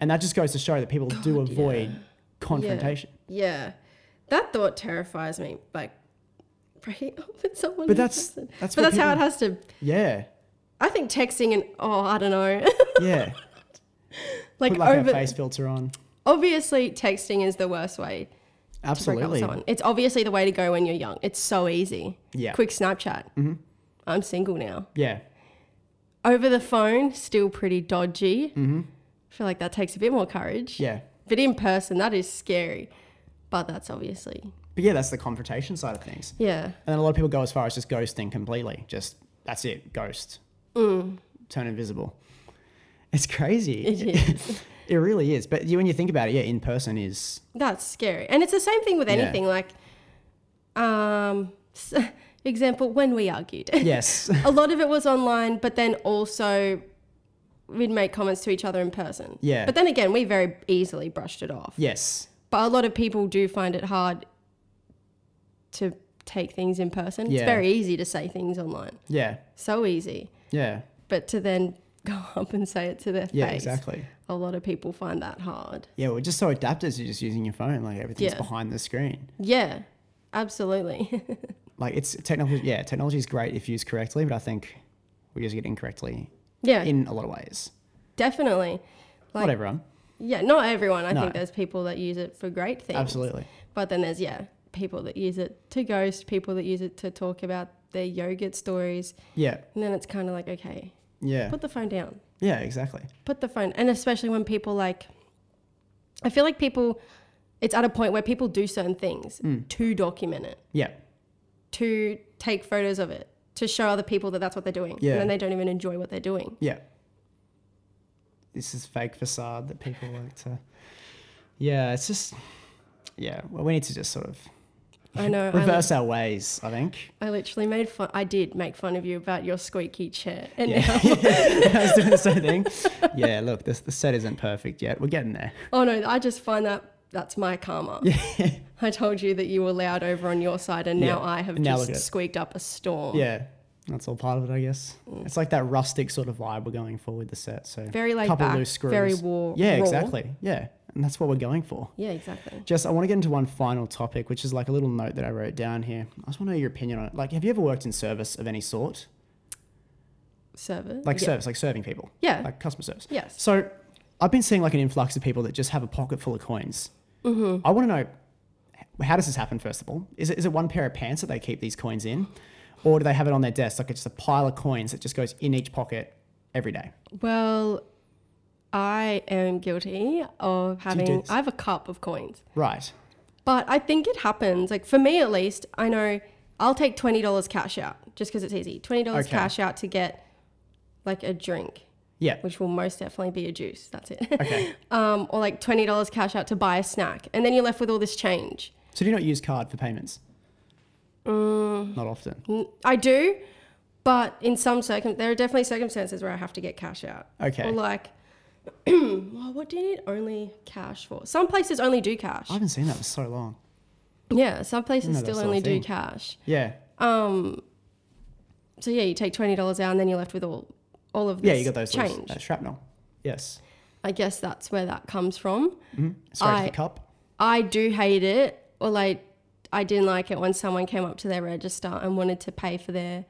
Speaker 1: and that just goes to show that people do avoid confrontation.
Speaker 2: Yeah, that thought terrifies me. Like, breaking up with someone.
Speaker 1: But
Speaker 2: in
Speaker 1: that's
Speaker 2: person.
Speaker 1: that's
Speaker 2: but
Speaker 1: what
Speaker 2: that's how it
Speaker 1: people-
Speaker 2: has to.
Speaker 1: yeah
Speaker 2: I think texting and oh, I don't know. (laughs)
Speaker 1: yeah.
Speaker 2: like
Speaker 1: Put like
Speaker 2: over,
Speaker 1: a face filter on.
Speaker 2: obviously, texting is the worst way to break up with
Speaker 1: Absolutely.
Speaker 2: someone. It's obviously the way to go when you're young. It's so easy.
Speaker 1: Yeah. Mm-hmm.
Speaker 2: Quick Snapchat. I'm single now.
Speaker 1: Yeah.
Speaker 2: Over the phone, still pretty dodgy. Mm-hmm. I feel like that takes a bit more courage.
Speaker 1: Yeah.
Speaker 2: But in person, that is scary. But that's obviously,
Speaker 1: But yeah, that's the confrontation side of things.
Speaker 2: yeah,
Speaker 1: And then a lot of people go as far as just ghosting completely. Just that's it, ghost. Turn invisible. It's crazy.
Speaker 2: Mm. it
Speaker 1: (laughs)
Speaker 2: is.
Speaker 1: It really is. But you, when you think about it, yeah, in person
Speaker 2: (laughs)
Speaker 1: is
Speaker 2: that's scary. And it's the same thing with
Speaker 1: Yeah.
Speaker 2: anything. Like, um, s- example, when we argued,
Speaker 1: yes.
Speaker 2: a lot of it was online, but then also we'd make comments to each other in person.
Speaker 1: Yeah.
Speaker 2: But then again, we very easily brushed it off.
Speaker 1: yes.
Speaker 2: But a lot of people do find it hard to take things in person. It's
Speaker 1: Yeah.
Speaker 2: very easy to say things online.
Speaker 1: Yeah.
Speaker 2: So easy.
Speaker 1: Yeah.
Speaker 2: But to then (laughs) go up and say it to their
Speaker 1: Yeah,
Speaker 2: face.
Speaker 1: exactly.
Speaker 2: a lot of people find that hard.
Speaker 1: Yeah, we're just so adapted to just using your phone. Like everything's
Speaker 2: Yeah.
Speaker 1: behind the screen.
Speaker 2: Yeah, absolutely. (laughs)
Speaker 1: Like it's technology. Yeah, technology is great if used correctly, but I think we use it incorrectly
Speaker 2: yeah,
Speaker 1: in a lot of ways.
Speaker 2: definitely.
Speaker 1: Not
Speaker 2: Like,
Speaker 1: everyone.
Speaker 2: yeah, not everyone. I
Speaker 1: No.
Speaker 2: think there's people that use it for great things.
Speaker 1: Absolutely.
Speaker 2: But then there's, yeah, people that use it to ghost, people that use it to talk about their yogurt stories.
Speaker 1: Yeah.
Speaker 2: And then it's kind of like, okay,
Speaker 1: Yeah.
Speaker 2: put the phone down.
Speaker 1: Yeah, exactly.
Speaker 2: Put the phone. And especially when people like, I feel like people, it's at a point where people do certain things
Speaker 1: Hmm.
Speaker 2: to document it.
Speaker 1: Yeah.
Speaker 2: to take photos of it to show other people that that's what they're doing
Speaker 1: Yeah.
Speaker 2: and then they don't even enjoy what they're doing
Speaker 1: Yeah. This is fake facade that people like to. Yeah, it's just. Yeah, well, we need to just sort of
Speaker 2: i know I, li-
Speaker 1: reverse our ways, I think. (laughs)
Speaker 2: I literally made fun i did make fun of you about your squeaky chair and
Speaker 1: Yeah. I was doing the same thing. Yeah, look, this, the set isn't perfect yet. We're getting there.
Speaker 2: oh no i just find that that's
Speaker 1: (laughs)
Speaker 2: my karma i told you that you were loud over on your side and now
Speaker 1: Yeah.
Speaker 2: i have
Speaker 1: And now look at
Speaker 2: just
Speaker 1: it.
Speaker 2: squeaked up a storm
Speaker 1: Yeah, that's all part of it, I guess. It's like that rustic sort of vibe we're going for with the set. So,
Speaker 2: Very laid
Speaker 1: couple
Speaker 2: back,
Speaker 1: loose screws.
Speaker 2: very war-
Speaker 1: Yeah,
Speaker 2: raw.
Speaker 1: exactly. Yeah, and that's what we're going for.
Speaker 2: yeah exactly
Speaker 1: Jess, I want to get into one final topic, which is like a little note that I wrote down here. I just want to know your opinion on it. Like, have you ever worked in service of any sort?
Speaker 2: service
Speaker 1: Like
Speaker 2: yeah.
Speaker 1: service, like serving people.
Speaker 2: Yeah.
Speaker 1: Like customer service.
Speaker 2: yes
Speaker 1: So I've been seeing like an influx of people that just have a pocket full of coins.
Speaker 2: Mm-hmm.
Speaker 1: I want to know h- how does this happen, first of all? Is it, is it one pair of pants that they keep these coins in? Or do they have it on their desk? Like it's just a pile of coins that just goes in each pocket every day.
Speaker 2: well i am guilty of having
Speaker 1: this?
Speaker 2: i have a cup of coins
Speaker 1: Right.
Speaker 2: But I think it happens. Like for me at least, I know I'll take twenty dollars cash out just because it's easy. Twenty dollars
Speaker 1: Okay.
Speaker 2: cash out to get like a drink,
Speaker 1: Yeah.
Speaker 2: which will most definitely be a juice. That's it.
Speaker 1: Okay.
Speaker 2: (laughs) um, or like twenty dollars cash out to buy a snack, and then you're left with all this change.
Speaker 1: So do you not use card for payments?
Speaker 2: Mm.
Speaker 1: Not often.
Speaker 2: N- I do, but in some circum, there are definitely circumstances where I have to get cash out.
Speaker 1: Okay.
Speaker 2: Or like, (clears throat) well, what do you need only cash for? Some places only do cash.
Speaker 1: I haven't seen that for so long.
Speaker 2: yeah, some places
Speaker 1: know
Speaker 2: still
Speaker 1: that's not a
Speaker 2: only do
Speaker 1: thing.
Speaker 2: cash.
Speaker 1: Yeah.
Speaker 2: Um, so yeah, you take twenty dollars out, and then you're left with all all of this
Speaker 1: Yeah, you got those little-
Speaker 2: change.
Speaker 1: that shrapnel. Yes.
Speaker 2: I guess that's where that comes from.
Speaker 1: Straight to
Speaker 2: I-
Speaker 1: the cup.
Speaker 2: I do hate it, or like I didn't like it when someone came up to their register and wanted to pay for their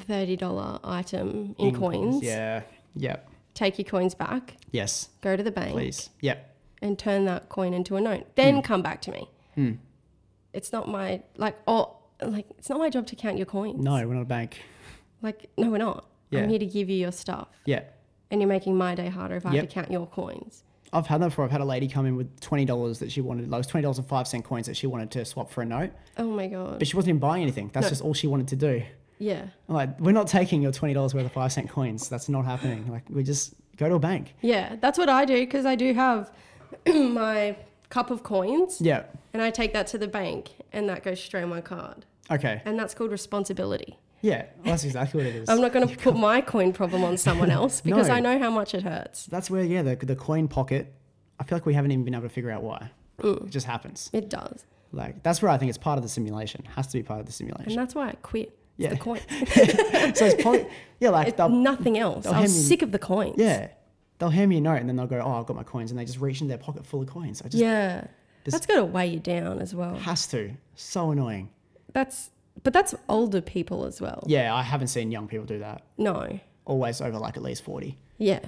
Speaker 2: thirty dollar item in, coins.
Speaker 1: Yeah. Yep.
Speaker 2: Take your coins back,
Speaker 1: Yes.
Speaker 2: go to the bank,
Speaker 1: Please. Hmm. Yep.
Speaker 2: and turn that coin into a note. Then come back to me.
Speaker 1: Hmm.
Speaker 2: It's not my like or like it's not my job to count your coins.
Speaker 1: No, we're not a bank.
Speaker 2: Like no, we're not.
Speaker 1: Yeah.
Speaker 2: I'm here to give you your stuff,
Speaker 1: Yeah.
Speaker 2: and you're making my day harder if I have
Speaker 1: Yep.
Speaker 2: to count your coins.
Speaker 1: I've had that before. I've had a lady come in with twenty dollars that she wanted. Like it was twenty dollars and five cent coins that she wanted to swap for a note,
Speaker 2: Oh my god.
Speaker 1: but she wasn't even buying anything. That's
Speaker 2: No.
Speaker 1: just all she wanted to do.
Speaker 2: Yeah.
Speaker 1: I'm like, we're not taking your twenty dollars worth of five cent coins. That's not happening. Like, we just go to a bank.
Speaker 2: Yeah, that's what I do because I do have (clears throat) my cup of coins
Speaker 1: Yeah.
Speaker 2: and I take that to the bank and that goes straight on my card.
Speaker 1: Okay.
Speaker 2: And that's called responsibility.
Speaker 1: Yeah. Well, that's exactly what it
Speaker 2: (laughs)
Speaker 1: is.
Speaker 2: I'm not going to put my coin problem on
Speaker 1: (laughs)
Speaker 2: someone else because
Speaker 1: No.
Speaker 2: I know how much it hurts.
Speaker 1: that's where yeah, the the coin pocket. I feel like we haven't even been able to figure out why. It just happens.
Speaker 2: It does.
Speaker 1: Like that's where I think it's part of the simulation. Has to be part of the simulation.
Speaker 2: And that's why I quit. It's
Speaker 1: Yeah.
Speaker 2: the coin.
Speaker 1: so it's probably
Speaker 2: (laughs)
Speaker 1: yeah, like (laughs)
Speaker 2: It's
Speaker 1: they'll,
Speaker 2: nothing else.
Speaker 1: they'll
Speaker 2: I
Speaker 1: hand
Speaker 2: was
Speaker 1: me-
Speaker 2: sick of the coins.
Speaker 1: yeah, they'll hand me a note and then they'll go, oh, I've got my coins, and they just reach in their pocket full of coins. I just
Speaker 2: Yeah. That's got to weigh you down as well.
Speaker 1: has to. So annoying.
Speaker 2: That's, but that's older people as well.
Speaker 1: Yeah, I haven't seen young people do that.
Speaker 2: No.
Speaker 1: Always over like at least forty.
Speaker 2: Yeah.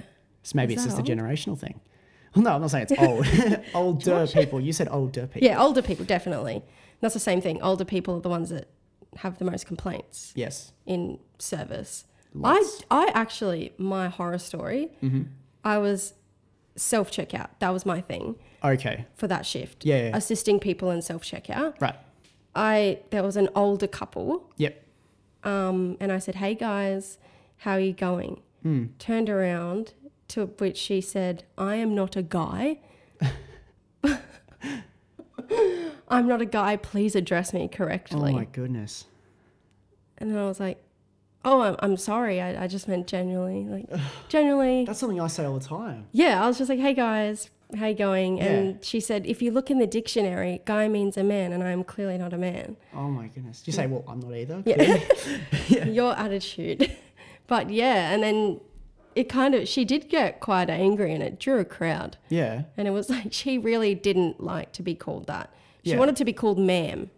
Speaker 1: So maybe
Speaker 2: Is
Speaker 1: it's
Speaker 2: that
Speaker 1: just a generational thing. (laughs) Well, no, I'm not saying it's old.
Speaker 2: (laughs)
Speaker 1: (laughs) older people. You said older people.
Speaker 2: Yeah. Older people, definitely. That's the same thing. Older people are the ones that have the most complaints.
Speaker 1: Yes.
Speaker 2: in service.
Speaker 1: Lots. Mm-hmm.
Speaker 2: I I actually my horror story. I was self checkout. That was my thing
Speaker 1: Okay.
Speaker 2: for that shift.
Speaker 1: Yeah, yeah, yeah.
Speaker 2: Assisting people in self checkout.
Speaker 1: Right.
Speaker 2: I there was an older couple,
Speaker 1: Yep.
Speaker 2: um, and I said, "Hey guys, how are you going?"
Speaker 1: Hmm.
Speaker 2: Turned around to which she said, "I am not a guy." (laughs) I'm not a guy. Please address me correctly.
Speaker 1: Oh my goodness.
Speaker 2: And then I was like, oh, I'm, I'm sorry. I, I just meant generally. Like,
Speaker 1: (sighs)
Speaker 2: generally.
Speaker 1: That's something I say all the time.
Speaker 2: Yeah, I was just like, hey guys, how you going? And
Speaker 1: Yeah.
Speaker 2: she said, if you look in the dictionary, guy means a man, and I am clearly not a man.
Speaker 1: Oh my goodness. You say, well, I'm not either.
Speaker 2: Yeah. (laughs) Your attitude. (laughs) but yeah, and then it kind of, she did get quite angry and it drew a crowd.
Speaker 1: Yeah.
Speaker 2: And it was (laughs) like, she really didn't like to be called that. She
Speaker 1: Yeah.
Speaker 2: wanted to be called ma'am,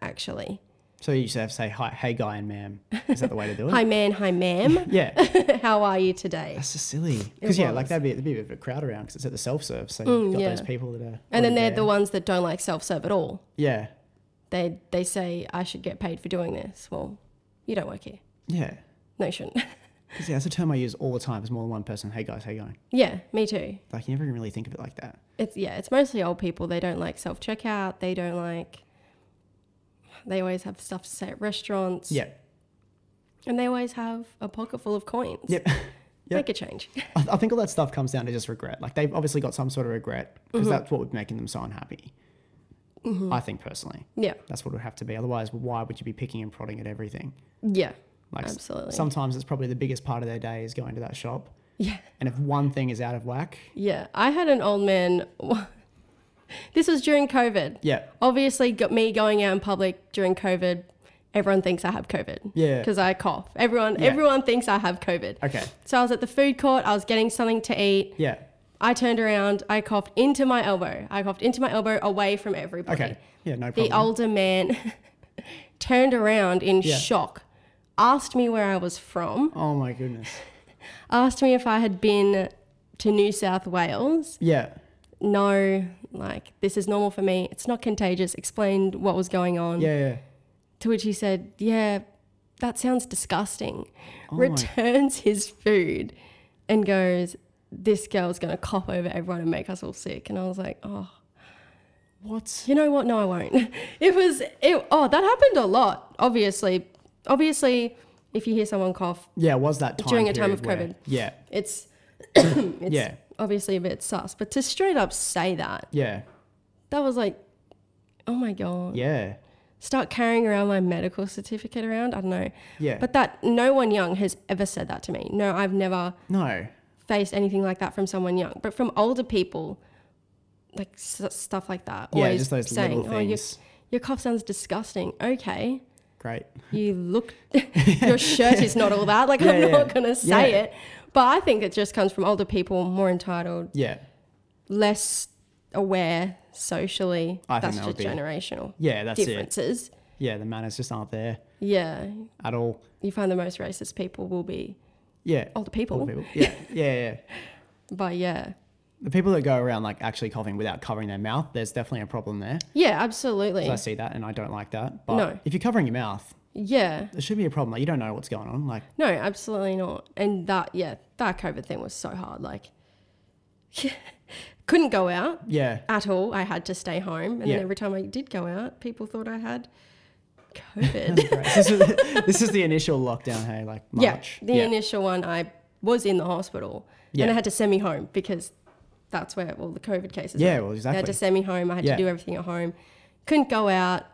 Speaker 2: actually.
Speaker 1: So you just have to say, hi, hey, guy and ma'am. Is that the way to do it?
Speaker 2: (laughs) Hi, man. Hi, ma'am. (laughs)
Speaker 1: Yeah.
Speaker 2: how are you today?
Speaker 1: (laughs) That's just silly. Because yeah, like
Speaker 2: was.
Speaker 1: that'd be, there'd be a bit of a crowd around because it's at the self serve, so
Speaker 2: Mm,
Speaker 1: you've got
Speaker 2: yeah.
Speaker 1: those people that are.
Speaker 2: And then they're
Speaker 1: already
Speaker 2: the ones that don't like self serve at all.
Speaker 1: there.
Speaker 2: They they say I should get paid for doing this. Well, you don't work here.
Speaker 1: yeah, yeah.
Speaker 2: No, you shouldn't. (laughs)
Speaker 1: 'Cause, yeah, that's a term I use all the time. It's more than one person. Hey guys, how you going?
Speaker 2: yeah, me too.
Speaker 1: Like you never really think of it like that.
Speaker 2: It's yeah, it's mostly old people. They don't like self checkout. They don't like. They always have stuff to say at restaurants.
Speaker 1: Yeah,
Speaker 2: And they always have a pocket full of coins.
Speaker 1: Yep. Yep.
Speaker 2: (laughs) Make a change. (laughs)
Speaker 1: I, I think all that stuff comes down to just regret. Like they've obviously got some sort of regret
Speaker 2: Mm-hmm.
Speaker 1: because that's what would be making them so unhappy. I think personally,
Speaker 2: yeah.
Speaker 1: that's what it would have to be. Otherwise, why would you be picking and prodding at everything?
Speaker 2: Yeah.
Speaker 1: Like s-
Speaker 2: Absolutely.
Speaker 1: Sometimes it's probably the biggest part of their day is going to that shop.
Speaker 2: (laughs) Yeah.
Speaker 1: And if one thing is out of whack,
Speaker 2: Yeah. I had an old man. (laughs) this was during COVID.
Speaker 1: yeah,
Speaker 2: obviously got me going out in public during COVID. Everyone thinks I have COVID.
Speaker 1: Yeah.
Speaker 2: Because I cough. Everyone,
Speaker 1: Yeah.
Speaker 2: everyone thinks I have COVID.
Speaker 1: okay,
Speaker 2: So I was at the food court. I was getting something to eat.
Speaker 1: yeah,
Speaker 2: I turned around. I coughed into my elbow. I coughed into my elbow, away from everybody.
Speaker 1: okay, yeah, no problem.
Speaker 2: The older man (laughs) turned around in
Speaker 1: Yeah.
Speaker 2: shock. Asked me where I was from.
Speaker 1: oh my goodness,
Speaker 2: Asked me if I had been to New South Wales.
Speaker 1: yeah.
Speaker 2: No, like this is normal for me. It's not contagious. Explained what was going on.
Speaker 1: Yeah, yeah.
Speaker 2: To which he said, Yeah, that sounds disgusting.
Speaker 1: Oh my-
Speaker 2: Returns his food and goes, This girl's going to cop over everyone and make us all sick. And I was like, Oh,
Speaker 1: What?
Speaker 2: You know what? No, I won't. (laughs) It was it. Oh, that happened a lot. Obviously, obviously, if you hear someone cough,
Speaker 1: Yeah, it was that time
Speaker 2: During a time
Speaker 1: period
Speaker 2: of
Speaker 1: where-
Speaker 2: COVID.
Speaker 1: yeah,
Speaker 2: it's, (coughs) it's
Speaker 1: Yeah.
Speaker 2: obviously a bit sus. But to straight up say that,
Speaker 1: yeah,
Speaker 2: that was like, oh my god.
Speaker 1: yeah,
Speaker 2: Start carrying around my medical certificate around. I don't know.
Speaker 1: yeah.
Speaker 2: But that no one young has ever said that to me. No, I've never
Speaker 1: no,
Speaker 2: faced anything like that from someone young, but from older people, like s- stuff like that.
Speaker 1: yeah,
Speaker 2: always
Speaker 1: just those
Speaker 2: saying,
Speaker 1: little
Speaker 2: "Oh, your,
Speaker 1: things.
Speaker 2: your cough sounds disgusting." Okay,
Speaker 1: Great. (laughs)
Speaker 2: you look, your shirt is not all that. Like
Speaker 1: Yeah,
Speaker 2: I'm
Speaker 1: yeah.
Speaker 2: not gonna say
Speaker 1: Yeah.
Speaker 2: it, but I think it just comes from older people, more entitled,
Speaker 1: Yeah,
Speaker 2: less aware socially.
Speaker 1: I think
Speaker 2: That's
Speaker 1: that would
Speaker 2: just
Speaker 1: be-
Speaker 2: generational
Speaker 1: yeah, that's it.
Speaker 2: differences.
Speaker 1: Yeah, the manners just aren't there
Speaker 2: Yeah,
Speaker 1: at all.
Speaker 2: you find the most racist people will be
Speaker 1: Yeah,
Speaker 2: older
Speaker 1: all
Speaker 2: people,
Speaker 1: people. Yeah, yeah, yeah.
Speaker 2: but yeah.
Speaker 1: The people that go around like actually coughing without covering their mouth, there's definitely a problem there.
Speaker 2: Yeah, absolutely.
Speaker 1: I see that and I don't like that. But
Speaker 2: No.
Speaker 1: if you're covering your mouth,
Speaker 2: Yeah.
Speaker 1: there should be a problem. Like you don't know what's going on. Like
Speaker 2: No, absolutely not. And that, yeah, that COVID thing was so hard. Like, (laughs) couldn't go out
Speaker 1: yeah,
Speaker 2: at all. I had to stay home. And
Speaker 1: Yeah.
Speaker 2: then every time I did go out, people thought
Speaker 1: (laughs)
Speaker 2: I had COVID.
Speaker 1: Right. this, is, (laughs) this is the initial lockdown. Hey, like
Speaker 2: yeah.
Speaker 1: March.
Speaker 2: The initial one, I was in the hospital
Speaker 1: Yeah.
Speaker 2: and I had to send me home because that's where all the COVID cases
Speaker 1: Yeah,
Speaker 2: were.
Speaker 1: well,
Speaker 2: They had
Speaker 1: exactly.
Speaker 2: to send me home. I had
Speaker 1: Yeah.
Speaker 2: to do everything at home. Couldn't go out.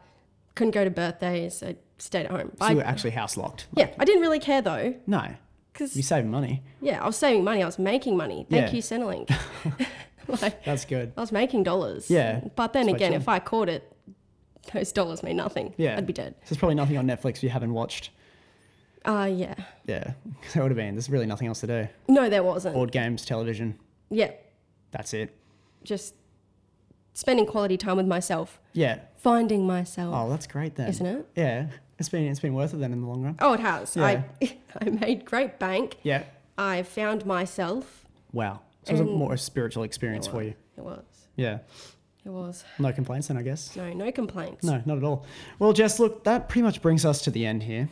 Speaker 2: Couldn't go to birthdays. I stayed at home.
Speaker 1: so
Speaker 2: I,
Speaker 1: you were actually house locked.
Speaker 2: yeah, I didn't really care though
Speaker 1: No,
Speaker 2: because
Speaker 1: you saving money.
Speaker 2: Yeah, I was saving money. I was making money. Thank
Speaker 1: Yeah. (laughs)
Speaker 2: you, Centrelink. (laughs) like
Speaker 1: That's good.
Speaker 2: I was making dollars.
Speaker 1: Yeah,
Speaker 2: But then
Speaker 1: that's my
Speaker 2: again,
Speaker 1: job.
Speaker 2: if I caught it, those dollars mean nothing.
Speaker 1: Yeah.
Speaker 2: I'd be dead.
Speaker 1: So there's probably nothing on Netflix you haven't watched.
Speaker 2: Uh yeah.
Speaker 1: Yeah, (laughs) there would have been. There's really nothing else to do.
Speaker 2: No, there wasn't.
Speaker 1: Board games, television.
Speaker 2: yeah.
Speaker 1: That's it.
Speaker 2: Just spending quality time with myself.
Speaker 1: Yeah.
Speaker 2: Finding myself.
Speaker 1: Oh, that's great then.
Speaker 2: Isn't it?
Speaker 1: Yeah, it's been it's been worth it then in the long run.
Speaker 2: Oh, it has. I (laughs) I made great bank.
Speaker 1: Yeah.
Speaker 2: I found myself.
Speaker 1: Wow. So it was a
Speaker 2: And-
Speaker 1: more a spiritual experience for you.
Speaker 2: It was.
Speaker 1: Yeah.
Speaker 2: It was.
Speaker 1: No complaints then, I guess.
Speaker 2: No, no complaints.
Speaker 1: No, not at all. Well, Jess, look, that pretty much brings us to the end here.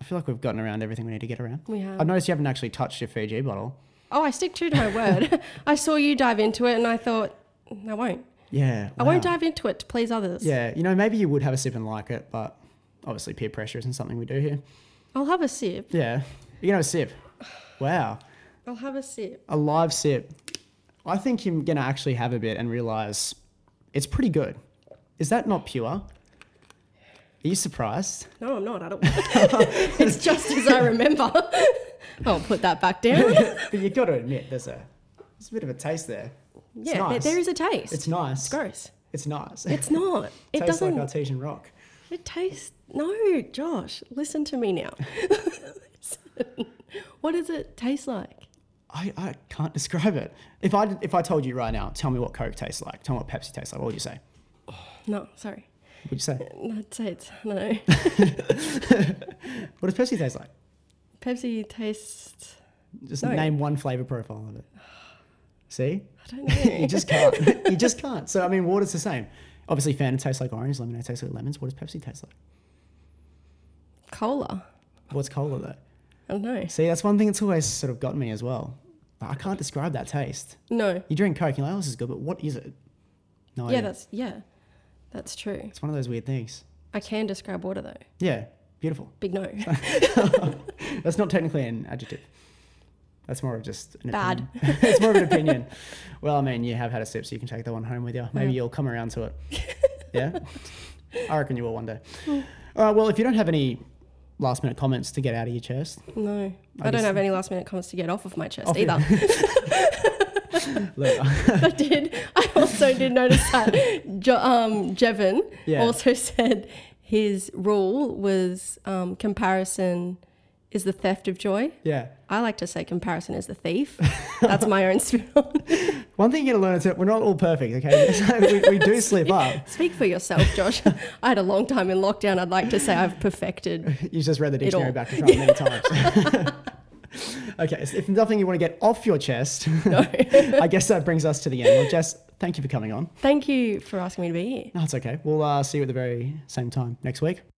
Speaker 1: I feel like we've gotten around everything we need to get around.
Speaker 2: We have.
Speaker 1: I've noticed you haven't actually touched your Fiji bottle.
Speaker 2: Oh, I stick true to my
Speaker 1: (laughs)
Speaker 2: word. I saw you dive into it and I thought, "Mm, I won't.
Speaker 1: Yeah.
Speaker 2: I won't
Speaker 1: wow.
Speaker 2: dive into it to please others.
Speaker 1: Yeah, you know, maybe you would have a sip and like it, but obviously peer pressure isn't something we do here.
Speaker 2: I'll have a sip.
Speaker 1: Yeah. You can have a sip. Wow.
Speaker 2: I'll have a sip.
Speaker 1: A live sip. I think you're going to actually have a bit and realize it's pretty good. Is that not pure? Are you surprised?
Speaker 2: No, I'm not. I don't.
Speaker 1: (laughs)
Speaker 2: it's just as I remember. (laughs) I'll put that back down.
Speaker 1: but you've got to admit, there's a, there's a bit of a taste there. It's
Speaker 2: yeah,
Speaker 1: nice.
Speaker 2: there, there is a
Speaker 1: It's
Speaker 2: taste. It's
Speaker 1: nice.
Speaker 2: gross.
Speaker 1: It's
Speaker 2: (laughs)
Speaker 1: nice.
Speaker 2: It's not. It
Speaker 1: tastes
Speaker 2: doesn't.
Speaker 1: like artesian rock.
Speaker 2: it tastes. No, Josh, listen to me now. (laughs) what does it taste like?
Speaker 1: I, I can't describe it. If I if I told you right now, tell me what Coke tastes like. Tell me what Pepsi tastes like. What would you say?
Speaker 2: No, sorry.
Speaker 1: What would you say?
Speaker 2: I'd say it's. No.
Speaker 1: What does Pepsi taste like?
Speaker 2: Pepsi tastes.
Speaker 1: Just
Speaker 2: No.
Speaker 1: name one flavor profile of it. See,
Speaker 2: I don't know.
Speaker 1: you just can't. you just can't. So I mean, water's the same. Obviously, Fanta tastes like orange. Lemonade tastes like lemons. What does Pepsi taste like?
Speaker 2: Cola.
Speaker 1: What's cola though?
Speaker 2: I don't know.
Speaker 1: See, that's one thing that's always sort of gotten me as well. Like, I can't describe that taste.
Speaker 2: No.
Speaker 1: You drink Coke, you're like, oh, this is good, but what is it? No
Speaker 2: Yeah,
Speaker 1: idea.
Speaker 2: that's. Yeah. That's true.
Speaker 1: It's one of those weird things.
Speaker 2: I can describe water though.
Speaker 1: Yeah, beautiful.
Speaker 2: Big
Speaker 1: (laughs)
Speaker 2: no.
Speaker 1: That's not technically an adjective. That's more of just an
Speaker 2: Bad.
Speaker 1: Opinion. (laughs) it's more of an opinion. Well, I mean, you have had a sip, so you can take that one home with you. Maybe you'll come around to
Speaker 2: (laughs)
Speaker 1: it. Yeah, I reckon you will one day. All right. Well, if you don't have any last minute comments to get out of your chest,
Speaker 2: No,
Speaker 1: I
Speaker 2: I, don't
Speaker 1: guess-
Speaker 2: have any last minute comments to get off of my chest
Speaker 1: Off your- (laughs)
Speaker 2: either.
Speaker 1: look, (laughs)
Speaker 2: (laughs) I did. I also did notice that jo- um, Jevon
Speaker 1: Yeah.
Speaker 2: also (laughs) said his rule was um, comparison is the theft of joy.
Speaker 1: yeah.
Speaker 2: I like to say comparison is
Speaker 1: (laughs)
Speaker 2: the thief. That's my own spin. on it.
Speaker 1: One thing you got to learn is that we're not all perfect. Okay, (laughs) so we, we do slip up.
Speaker 2: (laughs) Speak for yourself, Josh. (laughs) I had a long time in lockdown. I'd like to say I've perfected. (laughs)
Speaker 1: You just read the dictionary
Speaker 2: all.
Speaker 1: back to front many
Speaker 2: (laughs)
Speaker 1: times. (laughs) okay, so if nothing you want to get off your chest, (laughs)
Speaker 2: No.
Speaker 1: I guess that brings us to the end. Well, Jess, thank you for coming on.
Speaker 2: Thank you for asking me to be here.
Speaker 1: No, it's okay. We'll uh, see you at the very same time next week.